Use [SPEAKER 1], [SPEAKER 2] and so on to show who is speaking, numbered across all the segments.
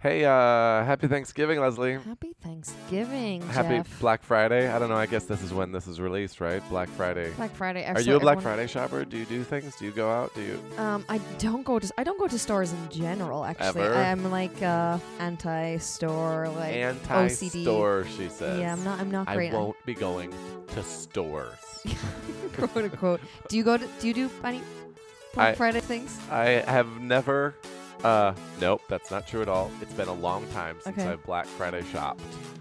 [SPEAKER 1] Hey, uh, happy Thanksgiving, Leslie.
[SPEAKER 2] Happy Thanksgiving,
[SPEAKER 1] Happy
[SPEAKER 2] Jeff.
[SPEAKER 1] Black Friday. I don't know. I guess this is when this is released, right? Black Friday.
[SPEAKER 2] Black Friday.
[SPEAKER 1] Are you a Black Friday shopper? Do you do things? Do you go out? Do you?
[SPEAKER 2] Um, I don't go to I don't go to stores in general. Actually,
[SPEAKER 1] Ever?
[SPEAKER 2] I'm like uh, anti-store, like
[SPEAKER 1] Anti
[SPEAKER 2] OCD.
[SPEAKER 1] store, she says.
[SPEAKER 2] Yeah, I'm not. I'm not
[SPEAKER 1] I
[SPEAKER 2] great.
[SPEAKER 1] won't be going to stores.
[SPEAKER 2] quote unquote. Do you go to? Do you do any Black
[SPEAKER 1] I-
[SPEAKER 2] Friday things?
[SPEAKER 1] I have never. Uh, nope, that's not true at all. It's been a long time since
[SPEAKER 2] Okay.
[SPEAKER 1] I Black Friday shopped.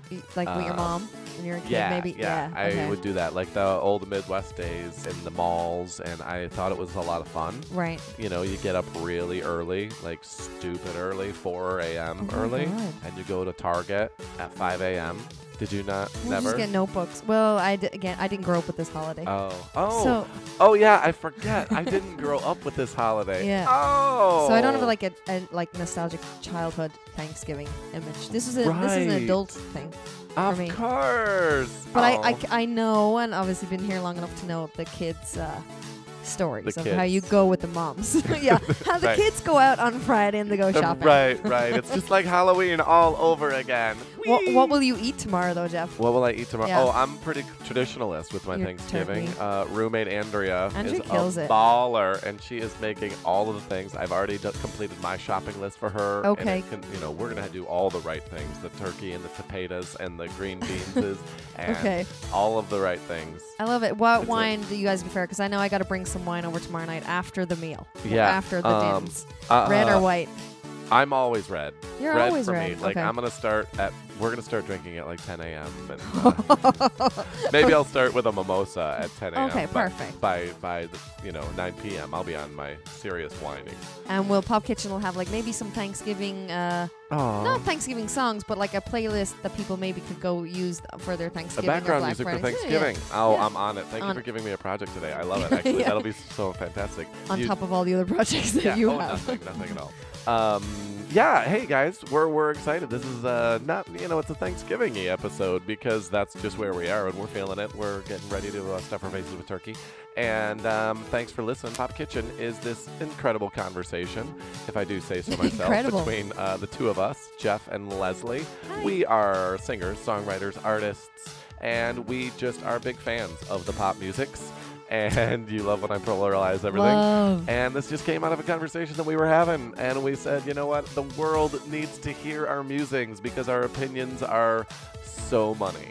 [SPEAKER 2] You- Like with your
[SPEAKER 1] Uh,
[SPEAKER 2] mom when you're a kid,
[SPEAKER 1] yeah,
[SPEAKER 2] maybe.
[SPEAKER 1] yeah, I
[SPEAKER 2] okay.
[SPEAKER 1] would do that, like the old Midwest days in the malls, and I thought it was a lot of fun.
[SPEAKER 2] Right.
[SPEAKER 1] You know, you get up really early, like stupid early, 4 a.m.
[SPEAKER 2] Oh my
[SPEAKER 1] early,
[SPEAKER 2] God.
[SPEAKER 1] and you go to Target at 5 a.m. Did you not?
[SPEAKER 2] We'll
[SPEAKER 1] never.
[SPEAKER 2] just get notebooks. Well, I d- again, I didn't grow up with this holiday.
[SPEAKER 1] oh, oh,
[SPEAKER 2] So,
[SPEAKER 1] oh yeah, I forget. I didn't grow up with this holiday.
[SPEAKER 2] Yeah.
[SPEAKER 1] Oh.
[SPEAKER 2] so I don't have like a, a like nostalgic childhood Thanksgiving image. This is a this
[SPEAKER 1] Right.
[SPEAKER 2] is an adult thing.
[SPEAKER 1] Of
[SPEAKER 2] me.
[SPEAKER 1] course.
[SPEAKER 2] But
[SPEAKER 1] Oh.
[SPEAKER 2] I, I, c- I know, and obviously been here long enough to know the kids' uh, stories
[SPEAKER 1] The
[SPEAKER 2] of how you
[SPEAKER 1] kids.
[SPEAKER 2] go with the moms. yeah, how the
[SPEAKER 1] Right.
[SPEAKER 2] kids go out on Friday and they go
[SPEAKER 1] Uh,
[SPEAKER 2] shopping.
[SPEAKER 1] Right, right. It's just like Halloween all over again.
[SPEAKER 2] What, what will you eat tomorrow, though, Jeff?
[SPEAKER 1] What will I eat tomorrow?
[SPEAKER 2] Yeah.
[SPEAKER 1] Oh, I'm pretty c- traditionalist with my
[SPEAKER 2] You're
[SPEAKER 1] Thanksgiving.
[SPEAKER 2] turkey.
[SPEAKER 1] Uh, roommate Andrea
[SPEAKER 2] Andrea
[SPEAKER 1] is
[SPEAKER 2] kills
[SPEAKER 1] a
[SPEAKER 2] it.
[SPEAKER 1] baller, and she is making all of the things. I've already d- completed my shopping list for her. and
[SPEAKER 2] Okay.
[SPEAKER 1] it can- you know, we're gonna do all the right things: the turkey and the potatoes and the green beans, is- and
[SPEAKER 2] Okay.
[SPEAKER 1] all of the right things.
[SPEAKER 2] I love it. What
[SPEAKER 1] It's
[SPEAKER 2] wine do you guys prefer? Because I know I got to bring some wine over tomorrow night after the meal.
[SPEAKER 1] Yeah,
[SPEAKER 2] After the
[SPEAKER 1] um,
[SPEAKER 2] dance.
[SPEAKER 1] Uh,
[SPEAKER 2] Red or white?
[SPEAKER 1] I'm always red.
[SPEAKER 2] You're
[SPEAKER 1] red
[SPEAKER 2] always
[SPEAKER 1] for
[SPEAKER 2] red.
[SPEAKER 1] me. Like
[SPEAKER 2] okay.
[SPEAKER 1] I'm gonna start at. We're gonna start drinking at like 10 a.m. and, uh, maybe I'll start with a mimosa at 10 a.m.
[SPEAKER 2] Okay,
[SPEAKER 1] but
[SPEAKER 2] perfect.
[SPEAKER 1] By by the, you know 9 p.m. I'll be on my serious whining.
[SPEAKER 2] and will Pop Kitchen will have like maybe some Thanksgiving, uh,
[SPEAKER 1] Oh.
[SPEAKER 2] not Thanksgiving songs, but like a playlist that people maybe could go use for their
[SPEAKER 1] The
[SPEAKER 2] Thanksgiving or
[SPEAKER 1] background
[SPEAKER 2] Black
[SPEAKER 1] music for
[SPEAKER 2] Friday. Yeah, yeah.
[SPEAKER 1] Thanksgiving. Oh,
[SPEAKER 2] Yeah.
[SPEAKER 1] I'm on it. Thank
[SPEAKER 2] On-
[SPEAKER 1] you for giving me a project today. I love it. Actually,
[SPEAKER 2] Yeah.
[SPEAKER 1] that'll be so fantastic.
[SPEAKER 2] On
[SPEAKER 1] You-
[SPEAKER 2] top of all the other projects that
[SPEAKER 1] yeah,
[SPEAKER 2] you
[SPEAKER 1] oh,
[SPEAKER 2] have.
[SPEAKER 1] nothing, nothing at all. Um, yeah, hey guys, we're we're excited. This is uh, not you know it's a Thanksgiving episode because that's just where we are and we're feeling it. We're getting ready to uh, stuff our faces with turkey. And um, thanks for listening. Pop Kitchen is this incredible conversation, if I do say so myself,
[SPEAKER 2] Incredible.
[SPEAKER 1] between uh, the two of us, Jeff and Leslie.
[SPEAKER 2] Hi.
[SPEAKER 1] We are singers, songwriters, artists, and we just are big fans of the pop musics. And you love when I pluralize everything.
[SPEAKER 2] Love.
[SPEAKER 1] And this just came out of a conversation that we were having. And we said, you know what? The world needs to hear our musings because our opinions are so money.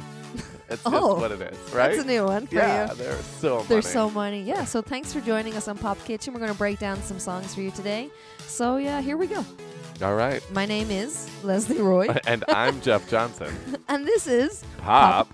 [SPEAKER 1] It's
[SPEAKER 2] Oh,
[SPEAKER 1] just what it is, right?
[SPEAKER 2] That's a new one for
[SPEAKER 1] yeah,
[SPEAKER 2] you.
[SPEAKER 1] they're so money.
[SPEAKER 2] There's so many. Yeah, so thanks for joining us on Pop Kitchen. We're going to break down some songs for you today. So, yeah, here we go.
[SPEAKER 1] All right.
[SPEAKER 2] My name is Leslie Roy,
[SPEAKER 1] and I'm Jeff Johnson.
[SPEAKER 2] and this is
[SPEAKER 1] Pop,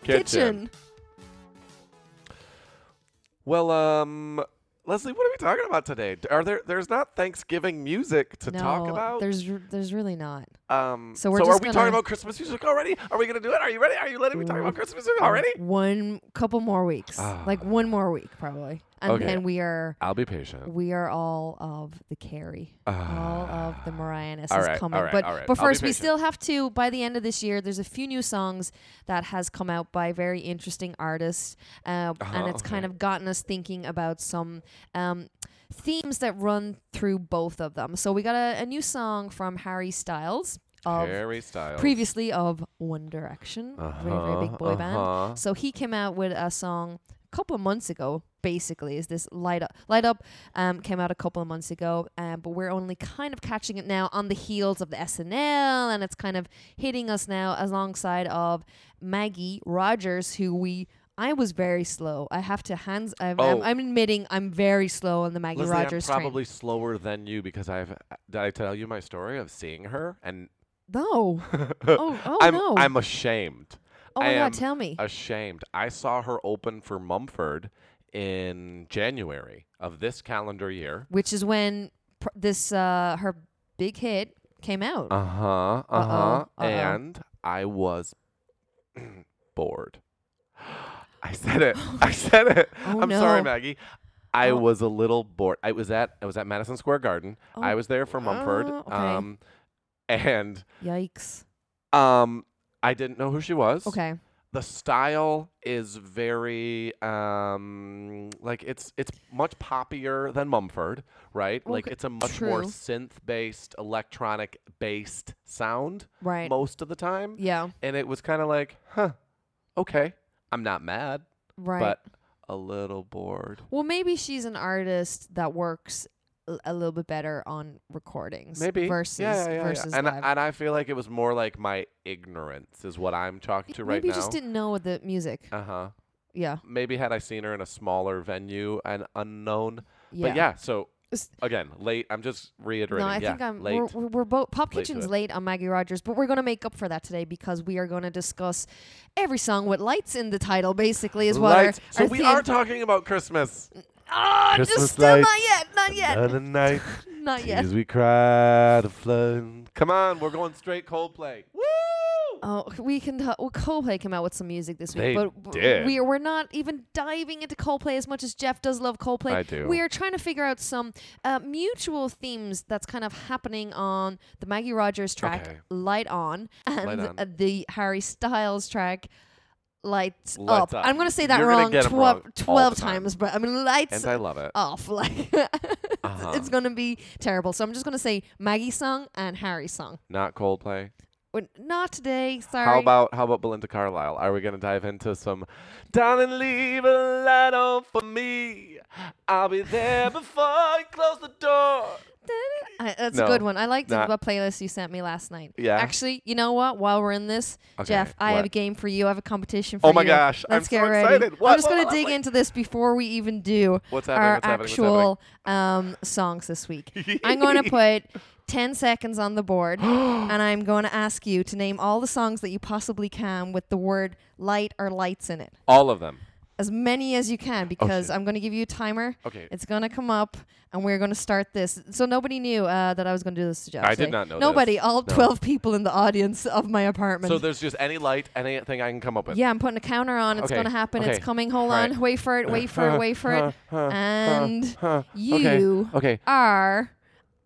[SPEAKER 1] Well, um, Leslie, what are we talking about today? Are there? There's not Thanksgiving music to
[SPEAKER 2] no,
[SPEAKER 1] talk about.
[SPEAKER 2] There's, r- there's really not.
[SPEAKER 1] Um,
[SPEAKER 2] So we're
[SPEAKER 1] so are
[SPEAKER 2] just
[SPEAKER 1] we
[SPEAKER 2] gonna-
[SPEAKER 1] talking about Christmas music already? Are we gonna do it? Are you ready? Are you letting me talk about Christmas music already?
[SPEAKER 2] One couple more weeks.
[SPEAKER 1] Ah.
[SPEAKER 2] Like one more week, probably. And
[SPEAKER 1] Okay.
[SPEAKER 2] then we are.
[SPEAKER 1] I'll be patient.
[SPEAKER 2] We are all of the Carrie, all
[SPEAKER 1] Uh,
[SPEAKER 2] of the Marianas
[SPEAKER 1] Ah. all
[SPEAKER 2] is
[SPEAKER 1] right,
[SPEAKER 2] coming.
[SPEAKER 1] all right,
[SPEAKER 2] but
[SPEAKER 1] all right.
[SPEAKER 2] but
[SPEAKER 1] I'll be
[SPEAKER 2] first, we
[SPEAKER 1] patient.
[SPEAKER 2] still have to. By the end of this year, there's a few new songs that has come out by very interesting artists, uh,
[SPEAKER 1] Uh-huh,
[SPEAKER 2] and it's kind
[SPEAKER 1] okay.
[SPEAKER 2] of gotten us thinking about some um, themes that run through both of them. So we got a, a new song from Harry Styles of
[SPEAKER 1] Harry Styles.
[SPEAKER 2] previously of One Direction, very very big boy band.
[SPEAKER 1] uh-huh.
[SPEAKER 2] So he came out with a song a couple of months ago. Basically, is this light up? Light up um, came out a couple of months ago, um, but we're only kind of catching it now on the heels of the SNL, and it's kind of hitting us now alongside of Maggie Rogers, who we. I was very slow. I have to hands. I'm, I'm,
[SPEAKER 1] Oh.
[SPEAKER 2] I'm admitting I'm very slow on the Maggie
[SPEAKER 1] Leslie,
[SPEAKER 2] Rogers
[SPEAKER 1] I'm
[SPEAKER 2] train.
[SPEAKER 1] probably slower than you because I've. Did I tell you my story of seeing her? And
[SPEAKER 2] no. Oh, oh
[SPEAKER 1] I'm
[SPEAKER 2] no.
[SPEAKER 1] I'm ashamed.
[SPEAKER 2] oh my
[SPEAKER 1] I am
[SPEAKER 2] god, tell me.
[SPEAKER 1] Ashamed. I saw her open for Mumford in January of this calendar year.
[SPEAKER 2] which is when pr- this uh, her big hit came out.
[SPEAKER 1] Uh huh. Uh huh.
[SPEAKER 2] Uh-oh, uh-oh.
[SPEAKER 1] And I was bored. I said it. I said it.
[SPEAKER 2] Oh,
[SPEAKER 1] I'm sorry,
[SPEAKER 2] no.
[SPEAKER 1] Maggie. I
[SPEAKER 2] Oh.
[SPEAKER 1] was a little bored. I was at I was at Madison Square Garden. I
[SPEAKER 2] Oh,
[SPEAKER 1] was there for Mumford.
[SPEAKER 2] oh, okay.
[SPEAKER 1] Um, and
[SPEAKER 2] Yikes.
[SPEAKER 1] um, I didn't know who she was.
[SPEAKER 2] Okay.
[SPEAKER 1] the style is very um, like it's it's much poppier than Mumford, right? Like
[SPEAKER 2] Oh, Okay,
[SPEAKER 1] it's a much more
[SPEAKER 2] true.
[SPEAKER 1] synth-based, electronic-based sound
[SPEAKER 2] Right.
[SPEAKER 1] most of the time.
[SPEAKER 2] yeah.
[SPEAKER 1] And it was kind of like, huh, okay, I'm not mad,
[SPEAKER 2] Right.
[SPEAKER 1] but a little bored.
[SPEAKER 2] well, maybe she's an artist that works l- a little bit better on recordings.
[SPEAKER 1] Maybe Yeah,
[SPEAKER 2] Versus
[SPEAKER 1] yeah, yeah, yeah.
[SPEAKER 2] versus
[SPEAKER 1] And
[SPEAKER 2] live.
[SPEAKER 1] I, and I feel like it was more like my ignorance is what I'm talking to right
[SPEAKER 2] maybe
[SPEAKER 1] now.
[SPEAKER 2] you just didn't know the music.
[SPEAKER 1] uh huh.
[SPEAKER 2] yeah.
[SPEAKER 1] Maybe had I seen her in a smaller venue and unknown.
[SPEAKER 2] Yeah.
[SPEAKER 1] But yeah, so
[SPEAKER 2] It's-
[SPEAKER 1] again, late. I'm just reiterating.
[SPEAKER 2] No, I
[SPEAKER 1] yeah,
[SPEAKER 2] think I'm.
[SPEAKER 1] late.
[SPEAKER 2] We're, we're, we're both Pop
[SPEAKER 1] Late to
[SPEAKER 2] Kitchen's
[SPEAKER 1] it.
[SPEAKER 2] late on Maggie Rogers, but we're gonna make up for that today because we are gonna discuss every song with lights in the title. Basically, is what
[SPEAKER 1] Lights.
[SPEAKER 2] our,
[SPEAKER 1] So
[SPEAKER 2] our
[SPEAKER 1] we
[SPEAKER 2] theme-
[SPEAKER 1] are talking about Christmas.
[SPEAKER 2] Ah, just
[SPEAKER 1] Christmas
[SPEAKER 2] still not
[SPEAKER 1] lights.
[SPEAKER 2] yet, not yet,
[SPEAKER 1] night,
[SPEAKER 2] not yet.
[SPEAKER 1] we cried a flood. Come on, we're going straight Coldplay. Woo!
[SPEAKER 2] Oh, we can. T- well, Coldplay came out with some music this week,
[SPEAKER 1] They
[SPEAKER 2] but w-
[SPEAKER 1] did.
[SPEAKER 2] we are we're not even diving into Coldplay as much as Jeff does love Coldplay.
[SPEAKER 1] I do.
[SPEAKER 2] We are trying to figure out some uh, mutual themes that's kind of happening on the Maggie Rogers track
[SPEAKER 1] Okay.
[SPEAKER 2] "Light On" and
[SPEAKER 1] Light On.
[SPEAKER 2] uh, the Harry Styles track "Lights,
[SPEAKER 1] Lights Up.
[SPEAKER 2] I'm gonna say that
[SPEAKER 1] You're gonna
[SPEAKER 2] wrong,
[SPEAKER 1] get 'em wrong all the
[SPEAKER 2] twelve
[SPEAKER 1] time.
[SPEAKER 2] times, but I mean "Lights
[SPEAKER 1] And I love it.
[SPEAKER 2] Off." Like
[SPEAKER 1] Uh-huh.
[SPEAKER 2] it's gonna be terrible. So I'm just gonna say Maggie song and Harry song.
[SPEAKER 1] Not Coldplay.
[SPEAKER 2] When- Not today. Sorry.
[SPEAKER 1] How about how about Belinda Carlisle? Are we gonna dive into some down and leave a light on for me? I'll be there before you close the door.
[SPEAKER 2] I, that's
[SPEAKER 1] No,
[SPEAKER 2] a good one. I liked
[SPEAKER 1] not-
[SPEAKER 2] the playlist you sent me last night.
[SPEAKER 1] Yeah?
[SPEAKER 2] Actually, you know what? While we're in this,
[SPEAKER 1] Okay,
[SPEAKER 2] Jeff, I have
[SPEAKER 1] what?
[SPEAKER 2] a game for you. I have a competition for
[SPEAKER 1] Oh
[SPEAKER 2] you.
[SPEAKER 1] my gosh, I'm
[SPEAKER 2] Let's get
[SPEAKER 1] so
[SPEAKER 2] ready.
[SPEAKER 1] excited. What-
[SPEAKER 2] I'm just
[SPEAKER 1] what-
[SPEAKER 2] going to
[SPEAKER 1] what-
[SPEAKER 2] dig
[SPEAKER 1] what-
[SPEAKER 2] into this before we even do
[SPEAKER 1] What's happening?
[SPEAKER 2] our
[SPEAKER 1] What's happening? What's happening?
[SPEAKER 2] actual um, songs this week. I'm going to put 10 seconds on the board and I'm going to ask you to name all the songs that you possibly can with the word light or lights in it.
[SPEAKER 1] All of them.
[SPEAKER 2] As many as you can because
[SPEAKER 1] Oh, shit.
[SPEAKER 2] I'm going to give you a timer.
[SPEAKER 1] Okay.
[SPEAKER 2] It's gonna come up, and we're gonna start this. So nobody knew uh, that I was gonna do this to Jeff.
[SPEAKER 1] I did
[SPEAKER 2] today.
[SPEAKER 1] not know
[SPEAKER 2] Nobody,
[SPEAKER 1] this.
[SPEAKER 2] all
[SPEAKER 1] No.
[SPEAKER 2] twelve people in the audience of my apartment.
[SPEAKER 1] So there's just any light, anything I can come up with.
[SPEAKER 2] yeah, I'm putting a counter on. It's
[SPEAKER 1] Okay,
[SPEAKER 2] gonna happen.
[SPEAKER 1] okay,
[SPEAKER 2] It's coming. Hold
[SPEAKER 1] all
[SPEAKER 2] on.
[SPEAKER 1] right.
[SPEAKER 2] Wait for it. Wait for it. Wait for it. and you
[SPEAKER 1] Okay. Okay.
[SPEAKER 2] are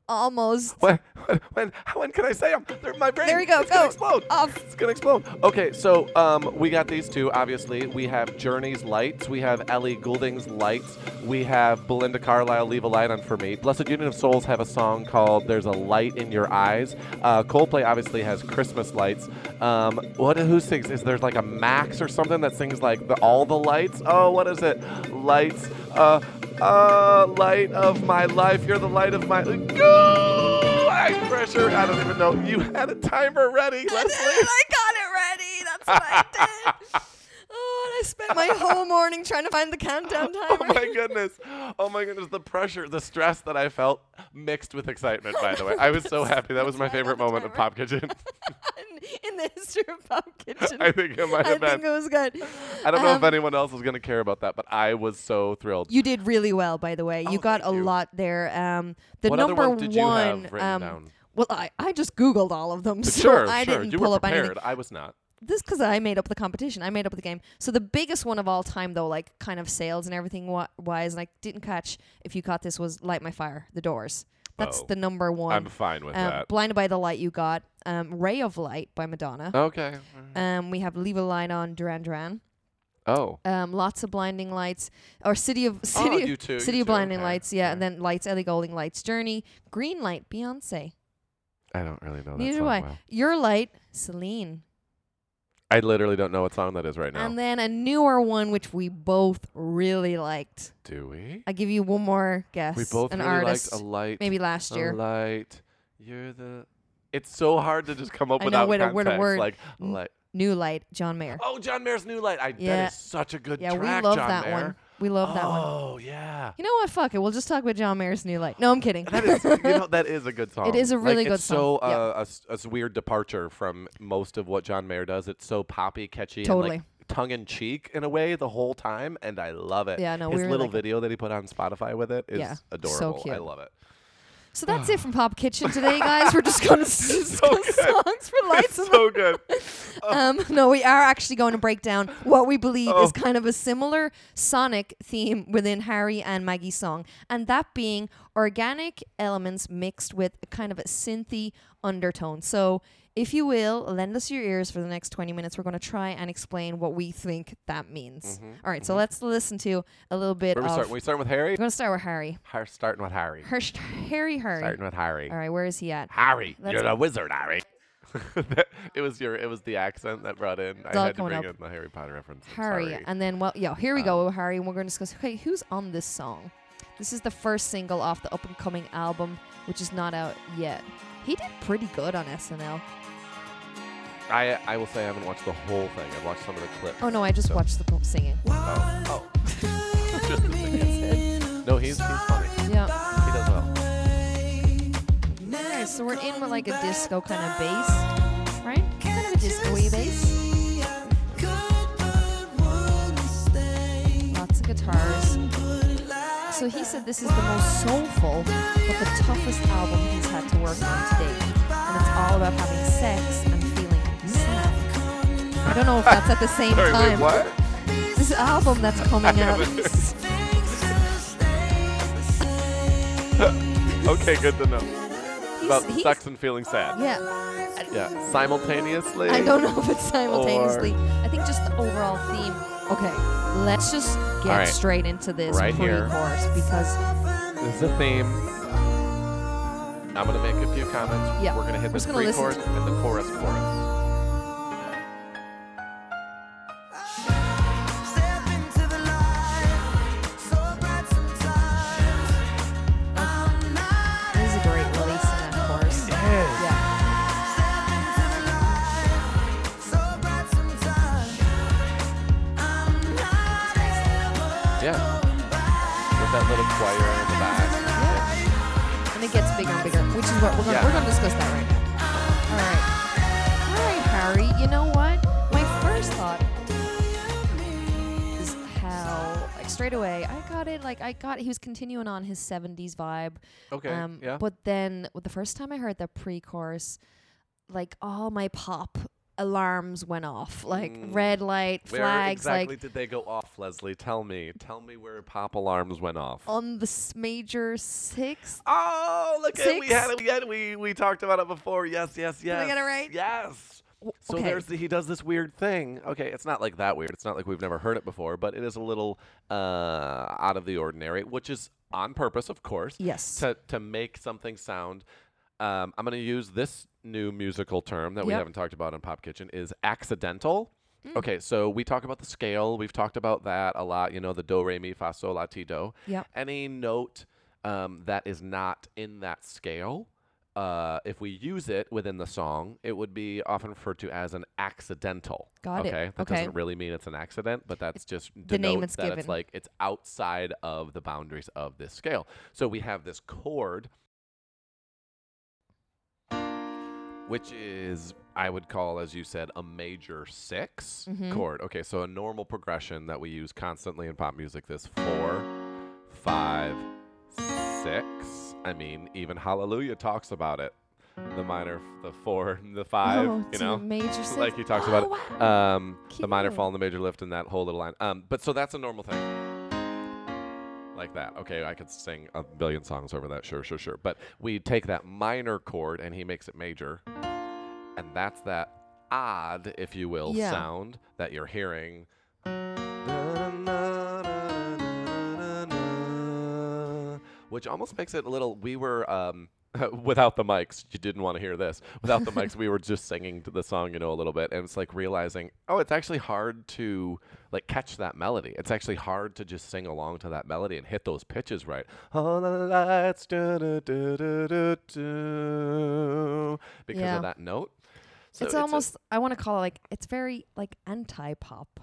[SPEAKER 2] almost.
[SPEAKER 1] When, when, when, when can I say them? They're in my brain.
[SPEAKER 2] There we go.
[SPEAKER 1] It's
[SPEAKER 2] go
[SPEAKER 1] gonna explode.
[SPEAKER 2] off.
[SPEAKER 1] It's gonna explode. Okay, so um, we got these two. Obviously, we have Journey's Lights, we have Ellie Goulding's Lights, we have Belinda Carlisle "Leave a Light on for Me." Blessed Union of Souls have a song called "There's a Light in Your Eyes." Uh, Coldplay obviously has Christmas lights. Um, what who sings? Is there like a Max or something that sings like the, all the lights? Oh, what is it? Lights. Uh, uh, light of my life, you're the light of my. Go! High pressure. I don't even know. You had a timer ready, Leslie.
[SPEAKER 2] I got it ready. That's what I did. Oh, and I spent my whole morning trying to find the countdown timer.
[SPEAKER 1] Oh my goodness. Oh my goodness. The pressure, the stress that I felt mixed with excitement, by the way. I was so happy. That was my
[SPEAKER 2] That's why I
[SPEAKER 1] favorite
[SPEAKER 2] got the
[SPEAKER 1] moment of
[SPEAKER 2] timer.
[SPEAKER 1] Pop Kitchen.
[SPEAKER 2] in, in the history of Pop Kitchen.
[SPEAKER 1] I think it might
[SPEAKER 2] I
[SPEAKER 1] have
[SPEAKER 2] think it
[SPEAKER 1] been.
[SPEAKER 2] was good.
[SPEAKER 1] I don't know if
[SPEAKER 2] um,
[SPEAKER 1] anyone else is going to care about that, but I was so thrilled.
[SPEAKER 2] You did really well, by the way. You
[SPEAKER 1] Oh,
[SPEAKER 2] got a
[SPEAKER 1] thank you.
[SPEAKER 2] lot there. Um, the
[SPEAKER 1] What other
[SPEAKER 2] number
[SPEAKER 1] ones did you have
[SPEAKER 2] one,
[SPEAKER 1] written
[SPEAKER 2] um,
[SPEAKER 1] down?
[SPEAKER 2] Well, I, I just Googled all of them, so
[SPEAKER 1] sure,
[SPEAKER 2] I
[SPEAKER 1] sure.
[SPEAKER 2] didn't
[SPEAKER 1] you
[SPEAKER 2] pull
[SPEAKER 1] were
[SPEAKER 2] up
[SPEAKER 1] prepared.
[SPEAKER 2] anything.
[SPEAKER 1] I was not.
[SPEAKER 2] This because I made up the competition. I made up the game. So the biggest one of all time, though, like kind of sales and everything wa- wise, and I didn't catch if you caught this was "Light My Fire," the Doors. That's
[SPEAKER 1] Oh,
[SPEAKER 2] the number one.
[SPEAKER 1] I'm fine with
[SPEAKER 2] um,
[SPEAKER 1] that.
[SPEAKER 2] Blinded by the Light, you got um, "Ray of Light" by Madonna.
[SPEAKER 1] Okay.
[SPEAKER 2] Um, we have "Leave a Light On" Duran Duran.
[SPEAKER 1] Oh.
[SPEAKER 2] um, lots of blinding lights or city of city of-
[SPEAKER 1] you too,
[SPEAKER 2] city
[SPEAKER 1] you
[SPEAKER 2] of
[SPEAKER 1] too,
[SPEAKER 2] blinding
[SPEAKER 1] okay,
[SPEAKER 2] lights yeah
[SPEAKER 1] okay.
[SPEAKER 2] and then lights ellie golding lights journey green light beyonce
[SPEAKER 1] I don't really know that
[SPEAKER 2] neither
[SPEAKER 1] song
[SPEAKER 2] do i
[SPEAKER 1] well.
[SPEAKER 2] your light celine
[SPEAKER 1] I literally don't know what song that is right now.
[SPEAKER 2] and then a newer one which we both really liked
[SPEAKER 1] do we?
[SPEAKER 2] i'll give you one more guess
[SPEAKER 1] We both
[SPEAKER 2] an
[SPEAKER 1] really
[SPEAKER 2] artist
[SPEAKER 1] liked a light.
[SPEAKER 2] maybe last year
[SPEAKER 1] A light. You're the. It's so hard to just come up
[SPEAKER 2] I know,
[SPEAKER 1] without
[SPEAKER 2] what a-
[SPEAKER 1] context.
[SPEAKER 2] what a word.
[SPEAKER 1] Like
[SPEAKER 2] N-
[SPEAKER 1] light.
[SPEAKER 2] new light john mayer
[SPEAKER 1] Oh, John Mayer's New Light. I,
[SPEAKER 2] Yeah.
[SPEAKER 1] That is such a good
[SPEAKER 2] yeah
[SPEAKER 1] track,
[SPEAKER 2] we love
[SPEAKER 1] John
[SPEAKER 2] that
[SPEAKER 1] Mayer.
[SPEAKER 2] one we love that one
[SPEAKER 1] Oh, yeah.
[SPEAKER 2] you know what fuck it we'll just talk about john mayer's new light no i'm kidding
[SPEAKER 1] That is, you know, that is a good song.
[SPEAKER 2] is a
[SPEAKER 1] Like,
[SPEAKER 2] really good
[SPEAKER 1] it's so,
[SPEAKER 2] song. Yeah.
[SPEAKER 1] uh, a s- a, s- weird departure from most of what John Mayer does. It's so poppy, catchy, and
[SPEAKER 2] Totally.
[SPEAKER 1] like tongue in cheek in a way the whole time, and I love it.
[SPEAKER 2] Yeah, no, we
[SPEAKER 1] His
[SPEAKER 2] really
[SPEAKER 1] little
[SPEAKER 2] like it.
[SPEAKER 1] video that he put on Spotify with it is
[SPEAKER 2] Yeah, so
[SPEAKER 1] adorable. I
[SPEAKER 2] cute.
[SPEAKER 1] love it.
[SPEAKER 2] So that's it from Pop Kitchen today, guys. We're just going to discuss
[SPEAKER 1] good.
[SPEAKER 2] songs for lights.
[SPEAKER 1] It's so good.
[SPEAKER 2] Um, no, we are actually going to break down what we believe is
[SPEAKER 1] Oh.
[SPEAKER 2] kind of a similar sonic theme within Harry and Maggie's song, and that being organic elements mixed with a kind of a synthy undertone. So, if you will, lend us your ears for the next 20 minutes. We're going to try and explain what we think that means. All right, so let's listen to a little bit
[SPEAKER 1] Mm-hmm, Where we
[SPEAKER 2] of.
[SPEAKER 1] starting? We starting with Harry.
[SPEAKER 2] We're going to start with Harry.
[SPEAKER 1] Har- starting with Harry.
[SPEAKER 2] Hirsch, Harry, Harry.
[SPEAKER 1] Starting with Harry.
[SPEAKER 2] All right, where is he at?
[SPEAKER 1] Harry,
[SPEAKER 2] Let's-
[SPEAKER 1] you're the wizard, Harry. it was your. It was the accent that brought in.
[SPEAKER 2] It's all
[SPEAKER 1] I had to
[SPEAKER 2] coming
[SPEAKER 1] bring
[SPEAKER 2] up.
[SPEAKER 1] in the Harry Potter reference. I'm
[SPEAKER 2] Harry. uh,
[SPEAKER 1] sorry. Um,
[SPEAKER 2] And then, well, yeah, here we go, Harry. And we're going to discuss, okay, who's on this song? This is the first single off the up and coming album, which is not out yet. He did pretty good on SNL.
[SPEAKER 1] I I will say I haven't watched the whole thing. I've watched some of the clips.
[SPEAKER 2] Oh, no, I just
[SPEAKER 1] So-
[SPEAKER 2] watched the pop singing.
[SPEAKER 1] Oh, oh. Just the thing. no, he's he's funny.
[SPEAKER 2] Yeah.
[SPEAKER 1] He does well.
[SPEAKER 2] Alright, so we're in with like a disco kind of bass, right? Kind of a disco y bass. Lots of guitars. So he said this is the most soulful, but the toughest album he's had to work on to date. And it's all about having sex and feeling sad. I don't know if that's at the same
[SPEAKER 1] Sorry,
[SPEAKER 2] time.
[SPEAKER 1] wait, what?
[SPEAKER 2] This album that's coming out.
[SPEAKER 1] Okay, good to know. About
[SPEAKER 2] he's-
[SPEAKER 1] sex and feeling sad.
[SPEAKER 2] Yeah,
[SPEAKER 1] Yeah, simultaneously.
[SPEAKER 2] I don't know if it's simultaneously. I think just the overall theme. Okay, let's just get
[SPEAKER 1] All right.
[SPEAKER 2] straight into this
[SPEAKER 1] Right here.
[SPEAKER 2] pre-chorus because
[SPEAKER 1] This is a theme. I'm gonna make a few comments.
[SPEAKER 2] Yeah,
[SPEAKER 1] We're gonna hit
[SPEAKER 2] we're
[SPEAKER 1] the
[SPEAKER 2] just gonna listen
[SPEAKER 1] pre-chorus and the chorus chorus.
[SPEAKER 2] This is a great release in that chorus. Yeah.
[SPEAKER 1] Yeah. With that little choir in the back.
[SPEAKER 2] And it gets bigger and bigger, which is what we're gonna
[SPEAKER 1] Yeah.
[SPEAKER 2] we're gonna discuss that right now. Alright. Alright, Harry, you know what? My first thought is how like straight away I got it, like I got he was continuing on his seventies vibe.
[SPEAKER 1] Okay.
[SPEAKER 2] Um
[SPEAKER 1] yeah.
[SPEAKER 2] but then with the first time I heard that pre chorus, like all my pop alarms went off. Like
[SPEAKER 1] Mm.
[SPEAKER 2] red light,
[SPEAKER 1] Where
[SPEAKER 2] flags, like
[SPEAKER 1] exactly did they go off, Leslie? Tell me. Tell me where pop alarms went off.
[SPEAKER 2] on the s- major sixth.
[SPEAKER 1] Oh, look at we
[SPEAKER 2] Six.
[SPEAKER 1] had it. We had we we talked about it before. Yes, yes, yes.
[SPEAKER 2] I get it right?
[SPEAKER 1] Yes.
[SPEAKER 2] W-
[SPEAKER 1] So
[SPEAKER 2] okay.
[SPEAKER 1] there's the, he does this weird thing. Okay, it's not like that weird. It's not like we've never heard it before, but it is a little uh, out of the ordinary, which is on purpose, of course.
[SPEAKER 2] Yes.
[SPEAKER 1] To to make something sound. Um, I'm going to use this new musical term that we
[SPEAKER 2] Yep. Mm.
[SPEAKER 1] haven't talked about in Pop Kitchen is accidental. Okay, so we talk about the scale. We've talked about that a lot. You know, the do re mi fa sol la ti do
[SPEAKER 2] Yep.
[SPEAKER 1] any note um, that is not in that scale, uh, if we use it within the song, it would be often referred to as an accidental.
[SPEAKER 2] Got it.
[SPEAKER 1] okay? That
[SPEAKER 2] Okay.
[SPEAKER 1] doesn't really mean it's an accident, but that's just
[SPEAKER 2] the name
[SPEAKER 1] denotes
[SPEAKER 2] it's
[SPEAKER 1] that it's
[SPEAKER 2] given.
[SPEAKER 1] like it's outside of the boundaries of this scale. So we have this chord, which is I would call, as you said, a major 6
[SPEAKER 2] Mhm.
[SPEAKER 1] chord. Okay, so a normal progression that we use constantly in pop music is four, five, six. I mean, even Hallelujah talks about it. The minor, f- the four, the five.
[SPEAKER 2] Oh,
[SPEAKER 1] you
[SPEAKER 2] to
[SPEAKER 1] know,
[SPEAKER 2] major six.
[SPEAKER 1] like he talks
[SPEAKER 2] Oh,
[SPEAKER 1] about it.
[SPEAKER 2] wow.
[SPEAKER 1] Um, the
[SPEAKER 2] Cute.
[SPEAKER 1] minor fall and the major lift and that whole little line. Um, but so that's a normal thing. Like that. Okay, I could sing a billion songs over that. Sure, sure, sure. But we take that minor chord and he makes it major. And that's that odd, if you will,
[SPEAKER 2] Yeah.
[SPEAKER 1] sound that you're hearing. Which almost makes it a little. We were um, without the mics. You didn't want to hear this. Without the mics, we were just singing to the song, you know, a little bit, and it's like realizing, oh, it's actually hard to like catch that melody. It's actually hard to just sing along to that melody and hit those pitches right. All the lights, do-do-do-do-do, because
[SPEAKER 2] Yeah.
[SPEAKER 1] of that note. So
[SPEAKER 2] it's
[SPEAKER 1] a-
[SPEAKER 2] almost. I want to call it like it's very like anti-pop.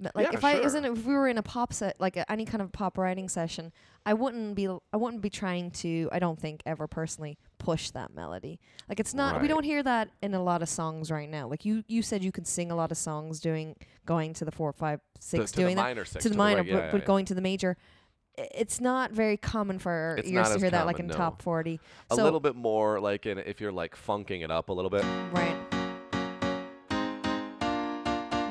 [SPEAKER 2] But, Like
[SPEAKER 1] Yeah,
[SPEAKER 2] if I isn't
[SPEAKER 1] sure.
[SPEAKER 2] if we were in a pop set like a, any kind of pop writing session, I wouldn't be I wouldn't be trying to I don't think ever personally push that melody. Like it's not we
[SPEAKER 1] Right.
[SPEAKER 2] don't hear that in a lot of songs right now. Like you you said you could sing a lot of songs doing going to the four five six
[SPEAKER 1] to the
[SPEAKER 2] doing that
[SPEAKER 1] minor six,
[SPEAKER 2] to the
[SPEAKER 1] to the
[SPEAKER 2] minor
[SPEAKER 1] reg- yeah,
[SPEAKER 2] but,
[SPEAKER 1] yeah,
[SPEAKER 2] but
[SPEAKER 1] yeah.
[SPEAKER 2] going to the major. i- It's not very common for our
[SPEAKER 1] It's
[SPEAKER 2] ears
[SPEAKER 1] not
[SPEAKER 2] to
[SPEAKER 1] as
[SPEAKER 2] hear that like in
[SPEAKER 1] common, no.
[SPEAKER 2] top forty.
[SPEAKER 1] a
[SPEAKER 2] so
[SPEAKER 1] little bit more like in if you're like funking it up a little bit.
[SPEAKER 2] right.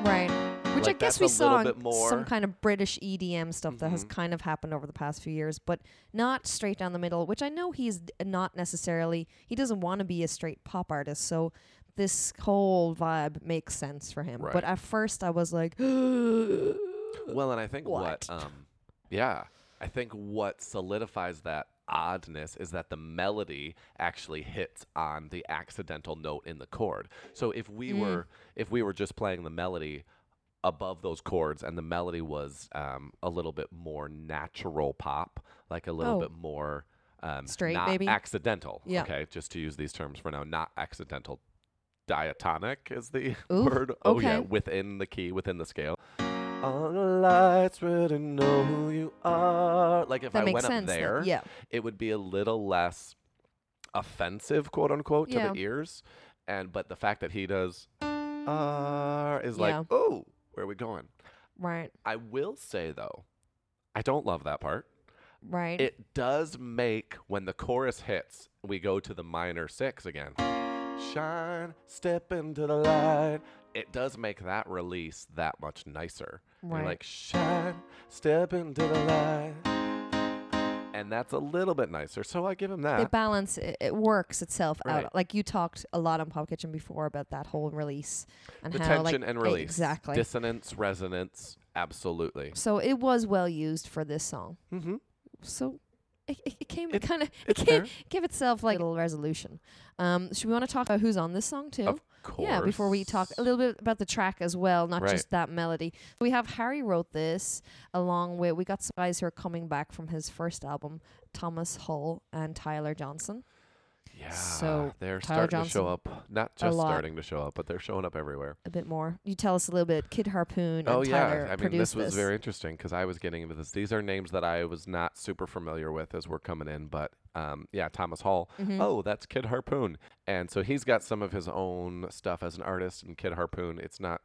[SPEAKER 2] Right. Which
[SPEAKER 1] Like,
[SPEAKER 2] I guess
[SPEAKER 1] that's
[SPEAKER 2] we
[SPEAKER 1] a
[SPEAKER 2] saw
[SPEAKER 1] little bit
[SPEAKER 2] in
[SPEAKER 1] more-
[SPEAKER 2] some kind of British EDM stuff that has
[SPEAKER 1] Mhm.
[SPEAKER 2] kind of happened over the past few years, but not straight down the middle, which I know he's d- not necessarily, he doesn't want to be a straight pop artist. So this whole vibe makes sense for him.
[SPEAKER 1] Right.
[SPEAKER 2] But at first I was like,
[SPEAKER 1] Well, and I think what,
[SPEAKER 2] What?
[SPEAKER 1] um, yeah, I think what solidifies that oddness is that the melody actually hits on the accidental note in the chord. So if we
[SPEAKER 2] Mm.
[SPEAKER 1] were if we were just playing the melody above those chords and the melody was um, a little bit more natural pop, like a little
[SPEAKER 2] Oh.
[SPEAKER 1] bit more um,
[SPEAKER 2] Straight,
[SPEAKER 1] not
[SPEAKER 2] maybe?
[SPEAKER 1] accidental.
[SPEAKER 2] Yeah.
[SPEAKER 1] Okay, just to use these terms for now, not accidental. Diatonic is the
[SPEAKER 2] Ooh,
[SPEAKER 1] word. Oh yeah,
[SPEAKER 2] okay.
[SPEAKER 1] within the key, within the scale. All the lights really know who you are. Like if
[SPEAKER 2] that
[SPEAKER 1] I
[SPEAKER 2] makes
[SPEAKER 1] went
[SPEAKER 2] sense.
[SPEAKER 1] up
[SPEAKER 2] then.
[SPEAKER 1] there,
[SPEAKER 2] yeah.
[SPEAKER 1] it would be a little less offensive, quote unquote,
[SPEAKER 2] Yeah.
[SPEAKER 1] to the ears. And but the fact that he does uh, is like,
[SPEAKER 2] Yeah.
[SPEAKER 1] oh, where are we going?
[SPEAKER 2] Right.
[SPEAKER 1] I will say though, I don't love that part.
[SPEAKER 2] Right.
[SPEAKER 1] It does make when the chorus hits, we go to the minor six again. Shine, step into the light. It does make that release that much nicer. You're
[SPEAKER 2] Right.
[SPEAKER 1] like, shine, step into the light. And that's a little bit nicer. So I give him
[SPEAKER 2] they
[SPEAKER 1] that.
[SPEAKER 2] balance it, it works itself
[SPEAKER 1] Uh-huh. Right.
[SPEAKER 2] out like you talked a lot on pop kitchen before about that whole release and
[SPEAKER 1] The
[SPEAKER 2] how like, e,
[SPEAKER 1] tension and release.
[SPEAKER 2] exactly
[SPEAKER 1] Dissonance, resonance. Absolutely.
[SPEAKER 2] so it was well used for this song
[SPEAKER 1] Mm-hmm.
[SPEAKER 2] so it, it, it came
[SPEAKER 1] It-
[SPEAKER 2] kind of it
[SPEAKER 1] It's
[SPEAKER 2] came,
[SPEAKER 1] fair.
[SPEAKER 2] gave itself like a little resolution um should we want to talk about who's on this song too
[SPEAKER 1] Of course.
[SPEAKER 2] yeah, before we talk a little bit about the track as well, not
[SPEAKER 1] Right.
[SPEAKER 2] just that melody. We have Harry wrote this along with we got some guys who are coming back from his first album, Thomas Hull and Tyler Johnson.
[SPEAKER 1] Yeah.
[SPEAKER 2] So,
[SPEAKER 1] they're
[SPEAKER 2] Tyler
[SPEAKER 1] starting to show up. Not
[SPEAKER 2] a
[SPEAKER 1] just
[SPEAKER 2] lot.
[SPEAKER 1] starting to show up, but they're showing up everywhere.
[SPEAKER 2] a bit more. You tell us a little bit. Kid Harpoon and
[SPEAKER 1] oh
[SPEAKER 2] Tyler
[SPEAKER 1] yeah i mean this
[SPEAKER 2] produced
[SPEAKER 1] was very interesting because i was getting into this these are names that i was not super familiar with as we're coming in but um, yeah thomas hall
[SPEAKER 2] Mhm.
[SPEAKER 1] oh that's kid harpoon and so he's got some of his own stuff as an artist and kid harpoon it's not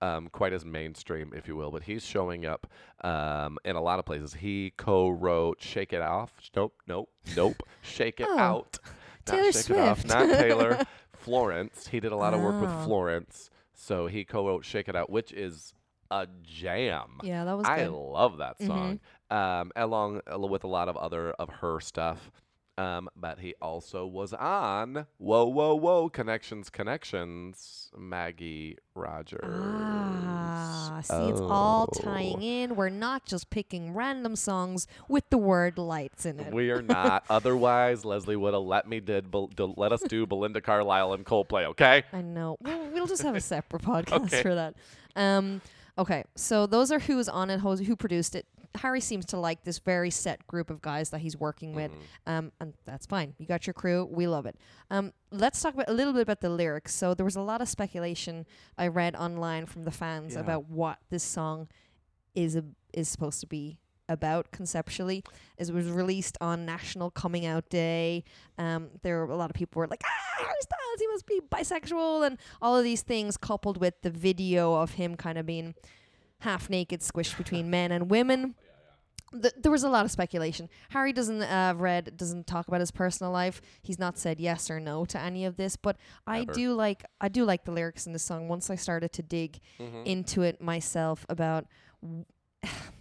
[SPEAKER 1] um, quite as mainstream if you will but he's showing up um, in a lot of places he co-wrote shake it off nope nope nope shake it
[SPEAKER 2] Oh,
[SPEAKER 1] out not
[SPEAKER 2] Taylor
[SPEAKER 1] shake it off
[SPEAKER 2] Swift.
[SPEAKER 1] not taylor florence he did a lot of work with
[SPEAKER 2] Ah.
[SPEAKER 1] florence so he co-wrote shake it out which is a jam.
[SPEAKER 2] Yeah, that was
[SPEAKER 1] I
[SPEAKER 2] good. Mm-hmm.
[SPEAKER 1] love that song. Um, along al- with a lot of other of her stuff. Um, but he also was on Whoa Whoa Whoa Connections Connections Maggie Rogers.
[SPEAKER 2] Ah, see, it's all
[SPEAKER 1] Oh.
[SPEAKER 2] tying in. We're not just picking random songs with the word lights in it.
[SPEAKER 1] We are not. Otherwise, Leslie would have let me did Bel- d- let us do Belinda Carlisle and Coldplay. Okay.
[SPEAKER 2] I know. We'll, we'll just have a separate podcast
[SPEAKER 1] Okay.
[SPEAKER 2] for that. Um, okay, so those are who's on it, who's, who produced it. Harry seems to like this very set group of guys that he's working with,
[SPEAKER 1] Mm-hmm.
[SPEAKER 2] um, and that's fine. You got your crew. We love it. Um, let's talk about, a little bit about the lyrics. So there was a lot of speculation I read online from the fans
[SPEAKER 1] Yeah.
[SPEAKER 2] about what this song is a, is supposed to be about conceptually. As it was released on National Coming Out Day, um, there were a lot of people were like, "Ah, Harry Styles, he must be bisexual," and all of these things coupled with the video of him kind of being half naked, squished between men and women. Th- there was a lot of speculation. Harry doesn't uh, read doesn't talk about his personal life. He's not said yes or no to any of this, but I
[SPEAKER 1] Never.
[SPEAKER 2] do like I do like the lyrics in this song. Once I started to dig
[SPEAKER 1] Mm-hmm.
[SPEAKER 2] into it myself about w-